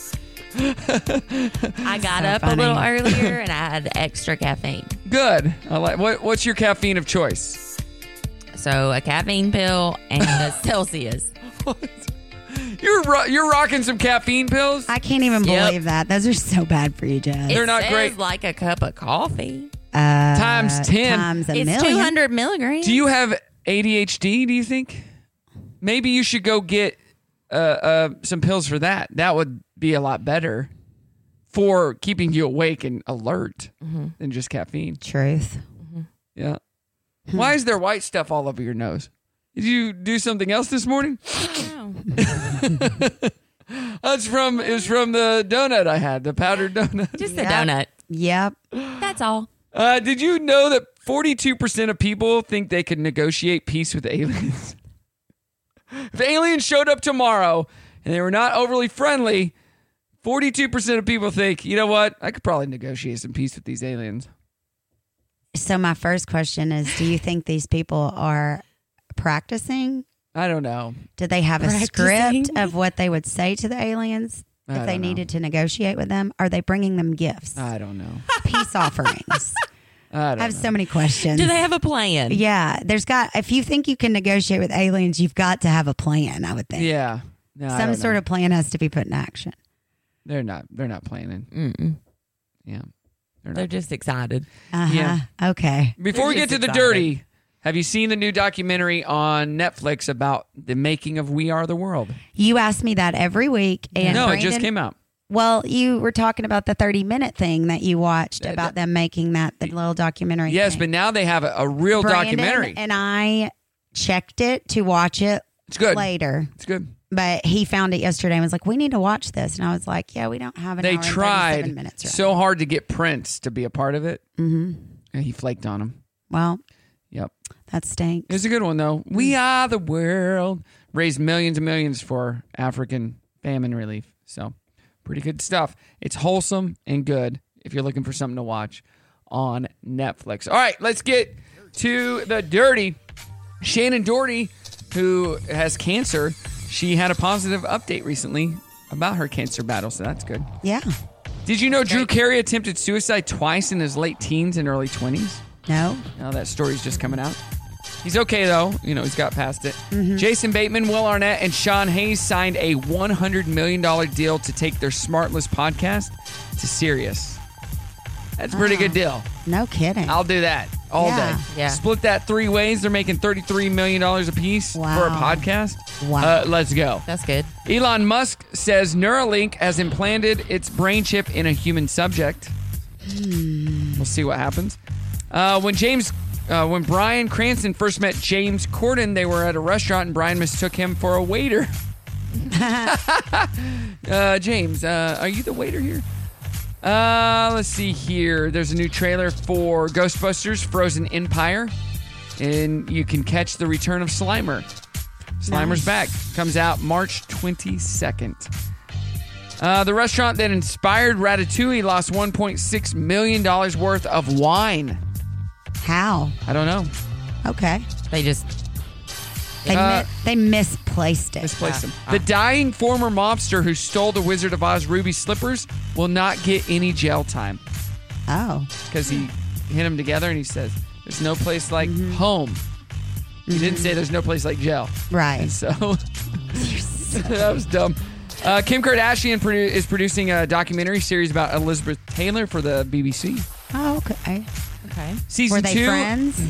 Speaker 3: I got
Speaker 5: So
Speaker 3: up
Speaker 5: funny.
Speaker 3: a little earlier and I had extra caffeine.
Speaker 5: Good. I like. What, what's your caffeine of choice?
Speaker 3: So a caffeine pill and a Celsius.
Speaker 5: You're ro- you're rocking some caffeine pills.
Speaker 6: I can't even
Speaker 3: Yep.
Speaker 6: believe that. Those are so bad for you, Jess.
Speaker 3: It says Like a cup of coffee.
Speaker 6: Uh,
Speaker 5: Times 10.
Speaker 6: Times a
Speaker 3: it's
Speaker 6: million.
Speaker 3: 200 milligrams.
Speaker 5: Do you have ADHD? Do you think maybe you should go get uh, uh, some pills for that? That would be a lot better for keeping you awake and alert than just caffeine.
Speaker 6: Truth.
Speaker 5: Yeah.
Speaker 6: Hmm.
Speaker 5: Why is there white stuff all over your nose? Did you do something else this morning? That's from is from the donut I had, the powdered donut.
Speaker 3: Just
Speaker 6: Yep. Yep.
Speaker 3: That's all.
Speaker 5: Uh, did you know that 42% of people think they could negotiate peace with aliens? if aliens showed up tomorrow and they were not overly friendly, 42% of people think, you know what? I could probably negotiate some peace with these aliens.
Speaker 6: So, my first question is Do you think these people are practicing?
Speaker 5: I don't know.
Speaker 6: Did they have a
Speaker 5: Practicing?
Speaker 6: script of what they would say to the aliens
Speaker 5: I
Speaker 6: if they
Speaker 5: don't know.
Speaker 6: needed to negotiate with them? Are they bringing them gifts,
Speaker 5: I don't know.
Speaker 6: peace offerings?
Speaker 5: I don't
Speaker 6: I have
Speaker 5: know.
Speaker 6: so many questions.
Speaker 3: Do they have a plan?
Speaker 6: Yeah, there's got. If you think you can negotiate with aliens, you've got to have a plan. I would think.
Speaker 5: Yeah. No,
Speaker 6: Some sort of plan has to be put in action.
Speaker 5: They're not. They're not planning.
Speaker 3: Mm-mm.
Speaker 5: Yeah.
Speaker 3: They're just excited.
Speaker 6: Uh-huh.
Speaker 5: Yeah.
Speaker 6: Okay.
Speaker 5: Before we
Speaker 3: They're
Speaker 5: get
Speaker 3: just
Speaker 5: to the
Speaker 3: excited.
Speaker 5: dirty, have you seen the new documentary on Netflix about the making of We Are the World?
Speaker 6: You ask me that every week, and
Speaker 5: no, it just
Speaker 6: Brandon-
Speaker 5: came out.
Speaker 6: Well, you were talking about the 30 minute thing that you watched about them making that the little documentary.
Speaker 5: Yes, but now they have a, a real
Speaker 6: Brandon
Speaker 5: documentary.
Speaker 6: And I checked it to watch it.
Speaker 5: It's good.
Speaker 6: Later.
Speaker 5: It's good.
Speaker 6: But he found it yesterday and was like, "We need to watch this." And I was like, "Yeah, we don't have an
Speaker 5: They
Speaker 6: hour and 37
Speaker 5: tried
Speaker 6: minutes." Right?
Speaker 5: so hard to get Prince to be a part of it,
Speaker 6: hmm
Speaker 5: and he flaked on him.
Speaker 6: Well,
Speaker 5: Yep,
Speaker 6: that stinks.
Speaker 5: it's a good one though. We are the world. Raised millions and millions for African famine relief. So, pretty good stuff. It's wholesome and good if you're looking for something to watch on Netflix. All right, let's get to the dirty. Shannon Doherty, who has cancer, she had a positive update recently about her cancer battle, so that's good.
Speaker 6: Yeah.
Speaker 5: Did you know Drew Carey attempted suicide twice in his late teens and early 20s?
Speaker 6: No.
Speaker 5: Now that story's just coming out. Mm-hmm. He's okay though. You know, he's got past it. Jason Bateman, Will Arnett, and Sean Hayes signed a $100 million deal to take their Smartless podcast to serious. That's a pretty
Speaker 6: Wow.
Speaker 5: good deal.
Speaker 6: No kidding.
Speaker 5: I'll do that all
Speaker 6: Yeah.
Speaker 5: day.
Speaker 6: Yeah.
Speaker 5: Split that three ways. They're making $33 million a piece for a
Speaker 6: Wow.
Speaker 5: podcast.
Speaker 6: Wow.
Speaker 5: Uh, let's go.
Speaker 3: That's good.
Speaker 5: Elon Musk says Neuralink has implanted its brain chip in a human subject. We'll see what happens. Uh, when James, uh, when Brian Cranston first met James Corden, they were at a restaurant and Brian mistook him for a waiter. uh, James, uh, are you the waiter here? Uh, let's see here. There's a new trailer for Ghostbusters Frozen Empire, and you can catch the return of Slimer. Slimer's
Speaker 3: Nice.
Speaker 5: Back comes out March 22nd. Uh, the restaurant that inspired Ratatouille lost $1.6 million worth of wine.
Speaker 6: How?
Speaker 5: I don't know.
Speaker 6: Okay.
Speaker 3: They just.
Speaker 6: They,
Speaker 5: Uh,
Speaker 6: mi- they misplaced it.
Speaker 5: Misplaced them. The dying former mobster who stole the Wizard of Oz ruby slippers will not get any jail time.
Speaker 6: Oh.
Speaker 5: Because he hit them together and he says, there's no place like
Speaker 6: Mm-hmm.
Speaker 5: home. He didn't say there's no place like jail.
Speaker 6: Right.
Speaker 5: And so that was dumb. Uh, Kim Kardashian produ- is producing a documentary series about Elizabeth Taylor for the BBC.
Speaker 6: Oh, okay.
Speaker 3: Okay.
Speaker 5: Season
Speaker 6: Were they
Speaker 5: two- Mm.
Speaker 6: friends?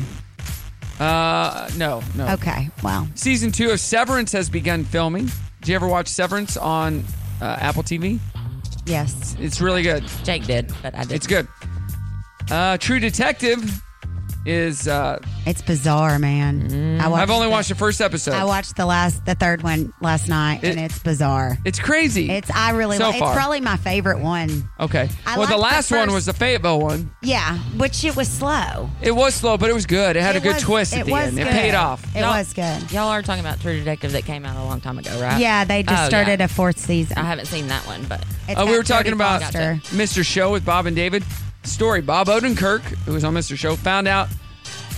Speaker 5: Uh, no, no.
Speaker 6: Okay. Wow.
Speaker 5: Season two of Severance has begun filming. Did you ever watch Severance on uh, Apple TV?
Speaker 3: Yes.
Speaker 5: It's really good.
Speaker 3: Jake did, but I did.
Speaker 5: It's good. Uh, True Detective is. Uh,
Speaker 6: It's bizarre, man. I watched
Speaker 5: Mm-hmm. I've only
Speaker 6: the-
Speaker 5: watched the first episode.
Speaker 6: I watched the last, the third one last night, and it's bizarre.
Speaker 5: It's crazy.
Speaker 6: It's I really
Speaker 5: So
Speaker 6: like.
Speaker 5: far.
Speaker 6: It's probably my favorite one.
Speaker 5: Okay.
Speaker 6: I
Speaker 5: well, the
Speaker 6: liked the
Speaker 5: last one
Speaker 6: first-
Speaker 5: was the Fayetteville one.
Speaker 6: Yeah, which it was slow.
Speaker 5: It was slow, but it was good. It had a
Speaker 6: It
Speaker 5: good
Speaker 6: was-
Speaker 5: twist at
Speaker 6: it
Speaker 5: the
Speaker 6: was
Speaker 5: end. It
Speaker 6: good.
Speaker 5: paid off.
Speaker 6: It was good.
Speaker 3: Y'all are talking about True Detective that came out a long time ago, right?
Speaker 6: Yeah, they just
Speaker 3: Oh,
Speaker 6: started
Speaker 3: yeah.
Speaker 6: a fourth season.
Speaker 3: I haven't seen that one, but
Speaker 5: Uh, we were talking about Mr. Show with Bob and David. Story Bob Odenkirk, who was on Mr. Show, found out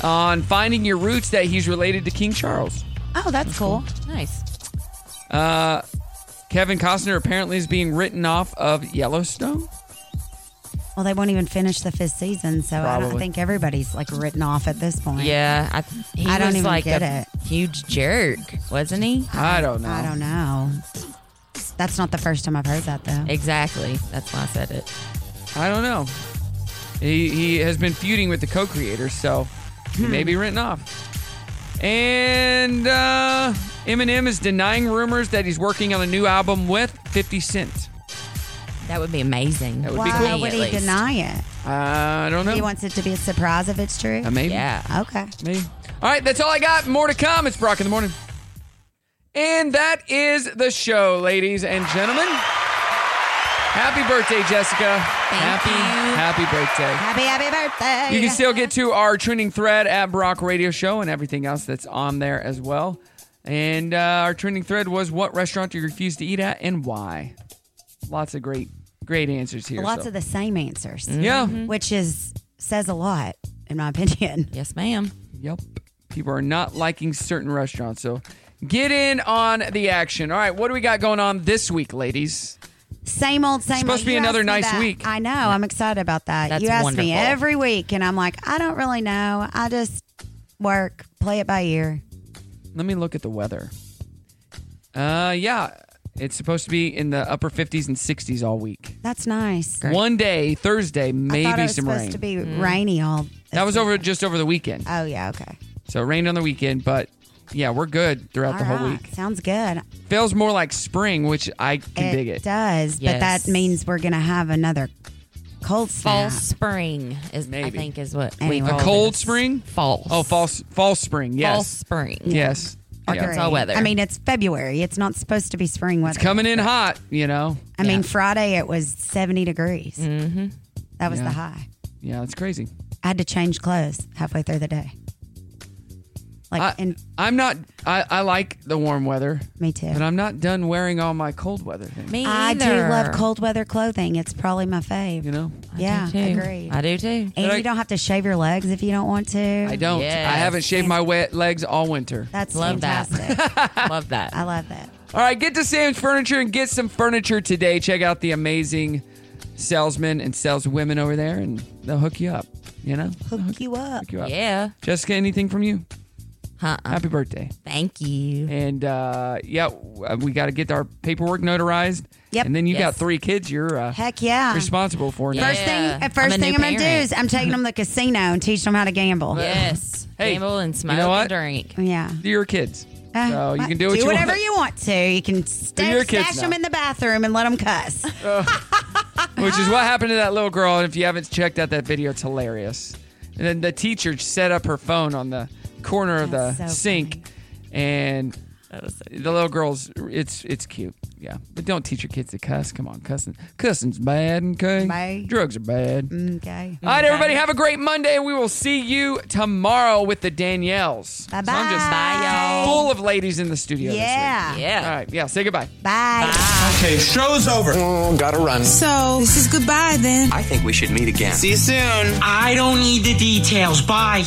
Speaker 5: on finding your roots that he's related to King Charles.
Speaker 6: Oh, that's, cool.
Speaker 3: Nice.
Speaker 5: Uh, Kevin Costner apparently is being written off of Yellowstone.
Speaker 6: Well, they won't even finish the fifth season, so I don't
Speaker 5: Probably.
Speaker 6: think everybody's like written off at this point.
Speaker 3: Yeah, I, he
Speaker 6: I don't
Speaker 3: was
Speaker 6: even
Speaker 3: like
Speaker 6: get
Speaker 3: a huge jerk, wasn't he?
Speaker 5: I don't know.
Speaker 6: I don't know. That's not the first time I've heard that though.
Speaker 3: Exactly. That's why I said it.
Speaker 5: I don't know. He, he has been feuding with the co creator, so he
Speaker 6: Hmm.
Speaker 5: may be written off. And uh, Eminem is denying rumors that he's working on a new album with 50 Cent.
Speaker 3: That would be amazing.
Speaker 5: That would be
Speaker 6: Why
Speaker 5: cool.
Speaker 6: would he deny it?
Speaker 5: I don't know.
Speaker 6: He wants it to be a surprise if it's true.
Speaker 5: Uh, maybe.
Speaker 3: Yeah.
Speaker 6: Okay.
Speaker 5: Maybe. All right, that's all I got. More to come. It's Brock in the morning. And that is the show, ladies and gentlemen. Happy birthday, Jessica. happy, happy birthday.
Speaker 6: Happy happy birthday.
Speaker 5: You can still get to our trending thread at Brock Radio Show and everything else that's on there as well. And uh, our trending thread was what restaurant do you refuse to eat at and why? Lots of great, great answers here.
Speaker 6: lots
Speaker 5: so.
Speaker 6: of Mm-hmm. the same answers.
Speaker 5: Yeah. Mhm.
Speaker 6: Which is says a lot, in my opinion.
Speaker 3: Yes, ma'am.
Speaker 5: Yep. People are not liking certain restaurants. So get in on the action. All right, what do we got going on this week, ladies?
Speaker 6: Same old, same.
Speaker 5: Supposed
Speaker 6: old.
Speaker 5: to be
Speaker 6: You
Speaker 5: another
Speaker 6: ask me
Speaker 5: nice
Speaker 6: that.
Speaker 5: week.
Speaker 6: I know. I'm excited about that.
Speaker 5: That's
Speaker 6: you ask
Speaker 5: wonderful.
Speaker 6: me every week, and I'm like, I don't really know. I just work, play it by ear.
Speaker 5: Let me look at the weather. Uh yeah, it's supposed to be in the upper 50s and 60s all week.
Speaker 6: That's nice.
Speaker 5: One day, Thursday,
Speaker 6: I thought it
Speaker 5: maybe
Speaker 6: was
Speaker 5: some
Speaker 6: supposed
Speaker 5: rain.
Speaker 6: to be rainy all.
Speaker 5: that was over just over the weekend.
Speaker 6: Oh yeah. Okay.
Speaker 5: So it rained on the weekend, but yeah, we're good throughout the
Speaker 6: All
Speaker 5: whole
Speaker 6: right.
Speaker 5: week.
Speaker 6: Sounds good.
Speaker 5: Feels more like spring, which I can
Speaker 6: it
Speaker 5: dig it.
Speaker 6: does, but
Speaker 5: Yes.
Speaker 6: that means we're gonna have another cold
Speaker 3: Fall
Speaker 6: snap.
Speaker 3: spring is I think is what we
Speaker 5: a
Speaker 3: call
Speaker 5: cold
Speaker 3: it.
Speaker 5: spring?
Speaker 3: False.
Speaker 5: Oh, false false spring. Yes.
Speaker 3: False spring.
Speaker 5: Yes. Yeah.
Speaker 3: Arkansas weather.
Speaker 6: I mean, it's February. It's not supposed to be spring weather.
Speaker 5: It's coming in hot, you know.
Speaker 6: I mean, Friday it was 70 degrees. Mm-hmm. That was
Speaker 5: Yeah.
Speaker 6: the high.
Speaker 5: Yeah, it's crazy.
Speaker 6: I had to change clothes halfway through the day. Like,
Speaker 5: I,
Speaker 6: and
Speaker 5: I'm not. I, I like the warm weather.
Speaker 6: Me too.
Speaker 5: But I'm not done wearing all my cold weather things.
Speaker 6: I do love cold weather clothing. It's probably my fave. You
Speaker 5: know?
Speaker 6: yeah,
Speaker 3: too.
Speaker 6: agreed.
Speaker 3: I do too.
Speaker 6: And you don't have to shave your legs if you don't want to.
Speaker 5: I don't. I haven't shaved my wet legs all winter.
Speaker 6: That's
Speaker 3: Love that.
Speaker 6: fantastic.
Speaker 3: Love that.
Speaker 6: I love that.
Speaker 5: All right, get to Sam's Furniture and get some furniture today. Check out the amazing salesmen and saleswomen over there, and they'll hook you up. You know,
Speaker 6: Hook you up.
Speaker 5: hook you up.
Speaker 3: Yeah.
Speaker 5: Jessica, anything from you?
Speaker 3: Huh.
Speaker 5: Happy birthday.
Speaker 3: Thank you.
Speaker 5: And uh, yeah, w- we got to get our paperwork notarized.
Speaker 6: Yep.
Speaker 5: And then you got
Speaker 6: Yes.
Speaker 5: three kids. You're uh,
Speaker 6: Heck yeah.
Speaker 5: responsible for now.
Speaker 6: First thing, at first
Speaker 3: I'm a
Speaker 6: thing
Speaker 3: new
Speaker 6: I'm gonna do
Speaker 3: parent.
Speaker 6: is I'm taking them to the casino and teaching them how to gamble.
Speaker 3: Yes.
Speaker 5: Hey,
Speaker 3: Gamble and smoke
Speaker 5: you know what?
Speaker 3: and drink.
Speaker 6: Yeah.
Speaker 5: They're your kids,
Speaker 6: Uh,
Speaker 5: so you can do what you
Speaker 6: whatever
Speaker 5: want.
Speaker 6: you want to. You can
Speaker 5: your
Speaker 6: sta-
Speaker 5: kids
Speaker 6: stash
Speaker 5: now.
Speaker 6: them in the bathroom and let them cuss.
Speaker 5: Which is what happened to that little girl. And if you haven't checked out that video, it's hilarious. And then the teacher set up her phone on the corner of the
Speaker 6: That's so
Speaker 5: sink, and the little girls, it's it's cute, yeah. But don't teach your kids to cuss. Come on, cussing, cussing's bad. Okay, drugs are bad.
Speaker 6: Mm, Okay.
Speaker 5: All right, everybody, have a great Monday, and we will see you tomorrow with the Danielles. Bye bye. I'm just
Speaker 6: Bye, y'all.
Speaker 5: full of ladies in the studio.
Speaker 6: Yeah.
Speaker 5: this week. yeah. All right, yeah. Say goodbye.
Speaker 6: Bye.
Speaker 16: Okay, show's over. gotta run.
Speaker 21: So, this is goodbye then.
Speaker 16: I think we should meet again.
Speaker 22: See you soon. I don't need the details. Bye.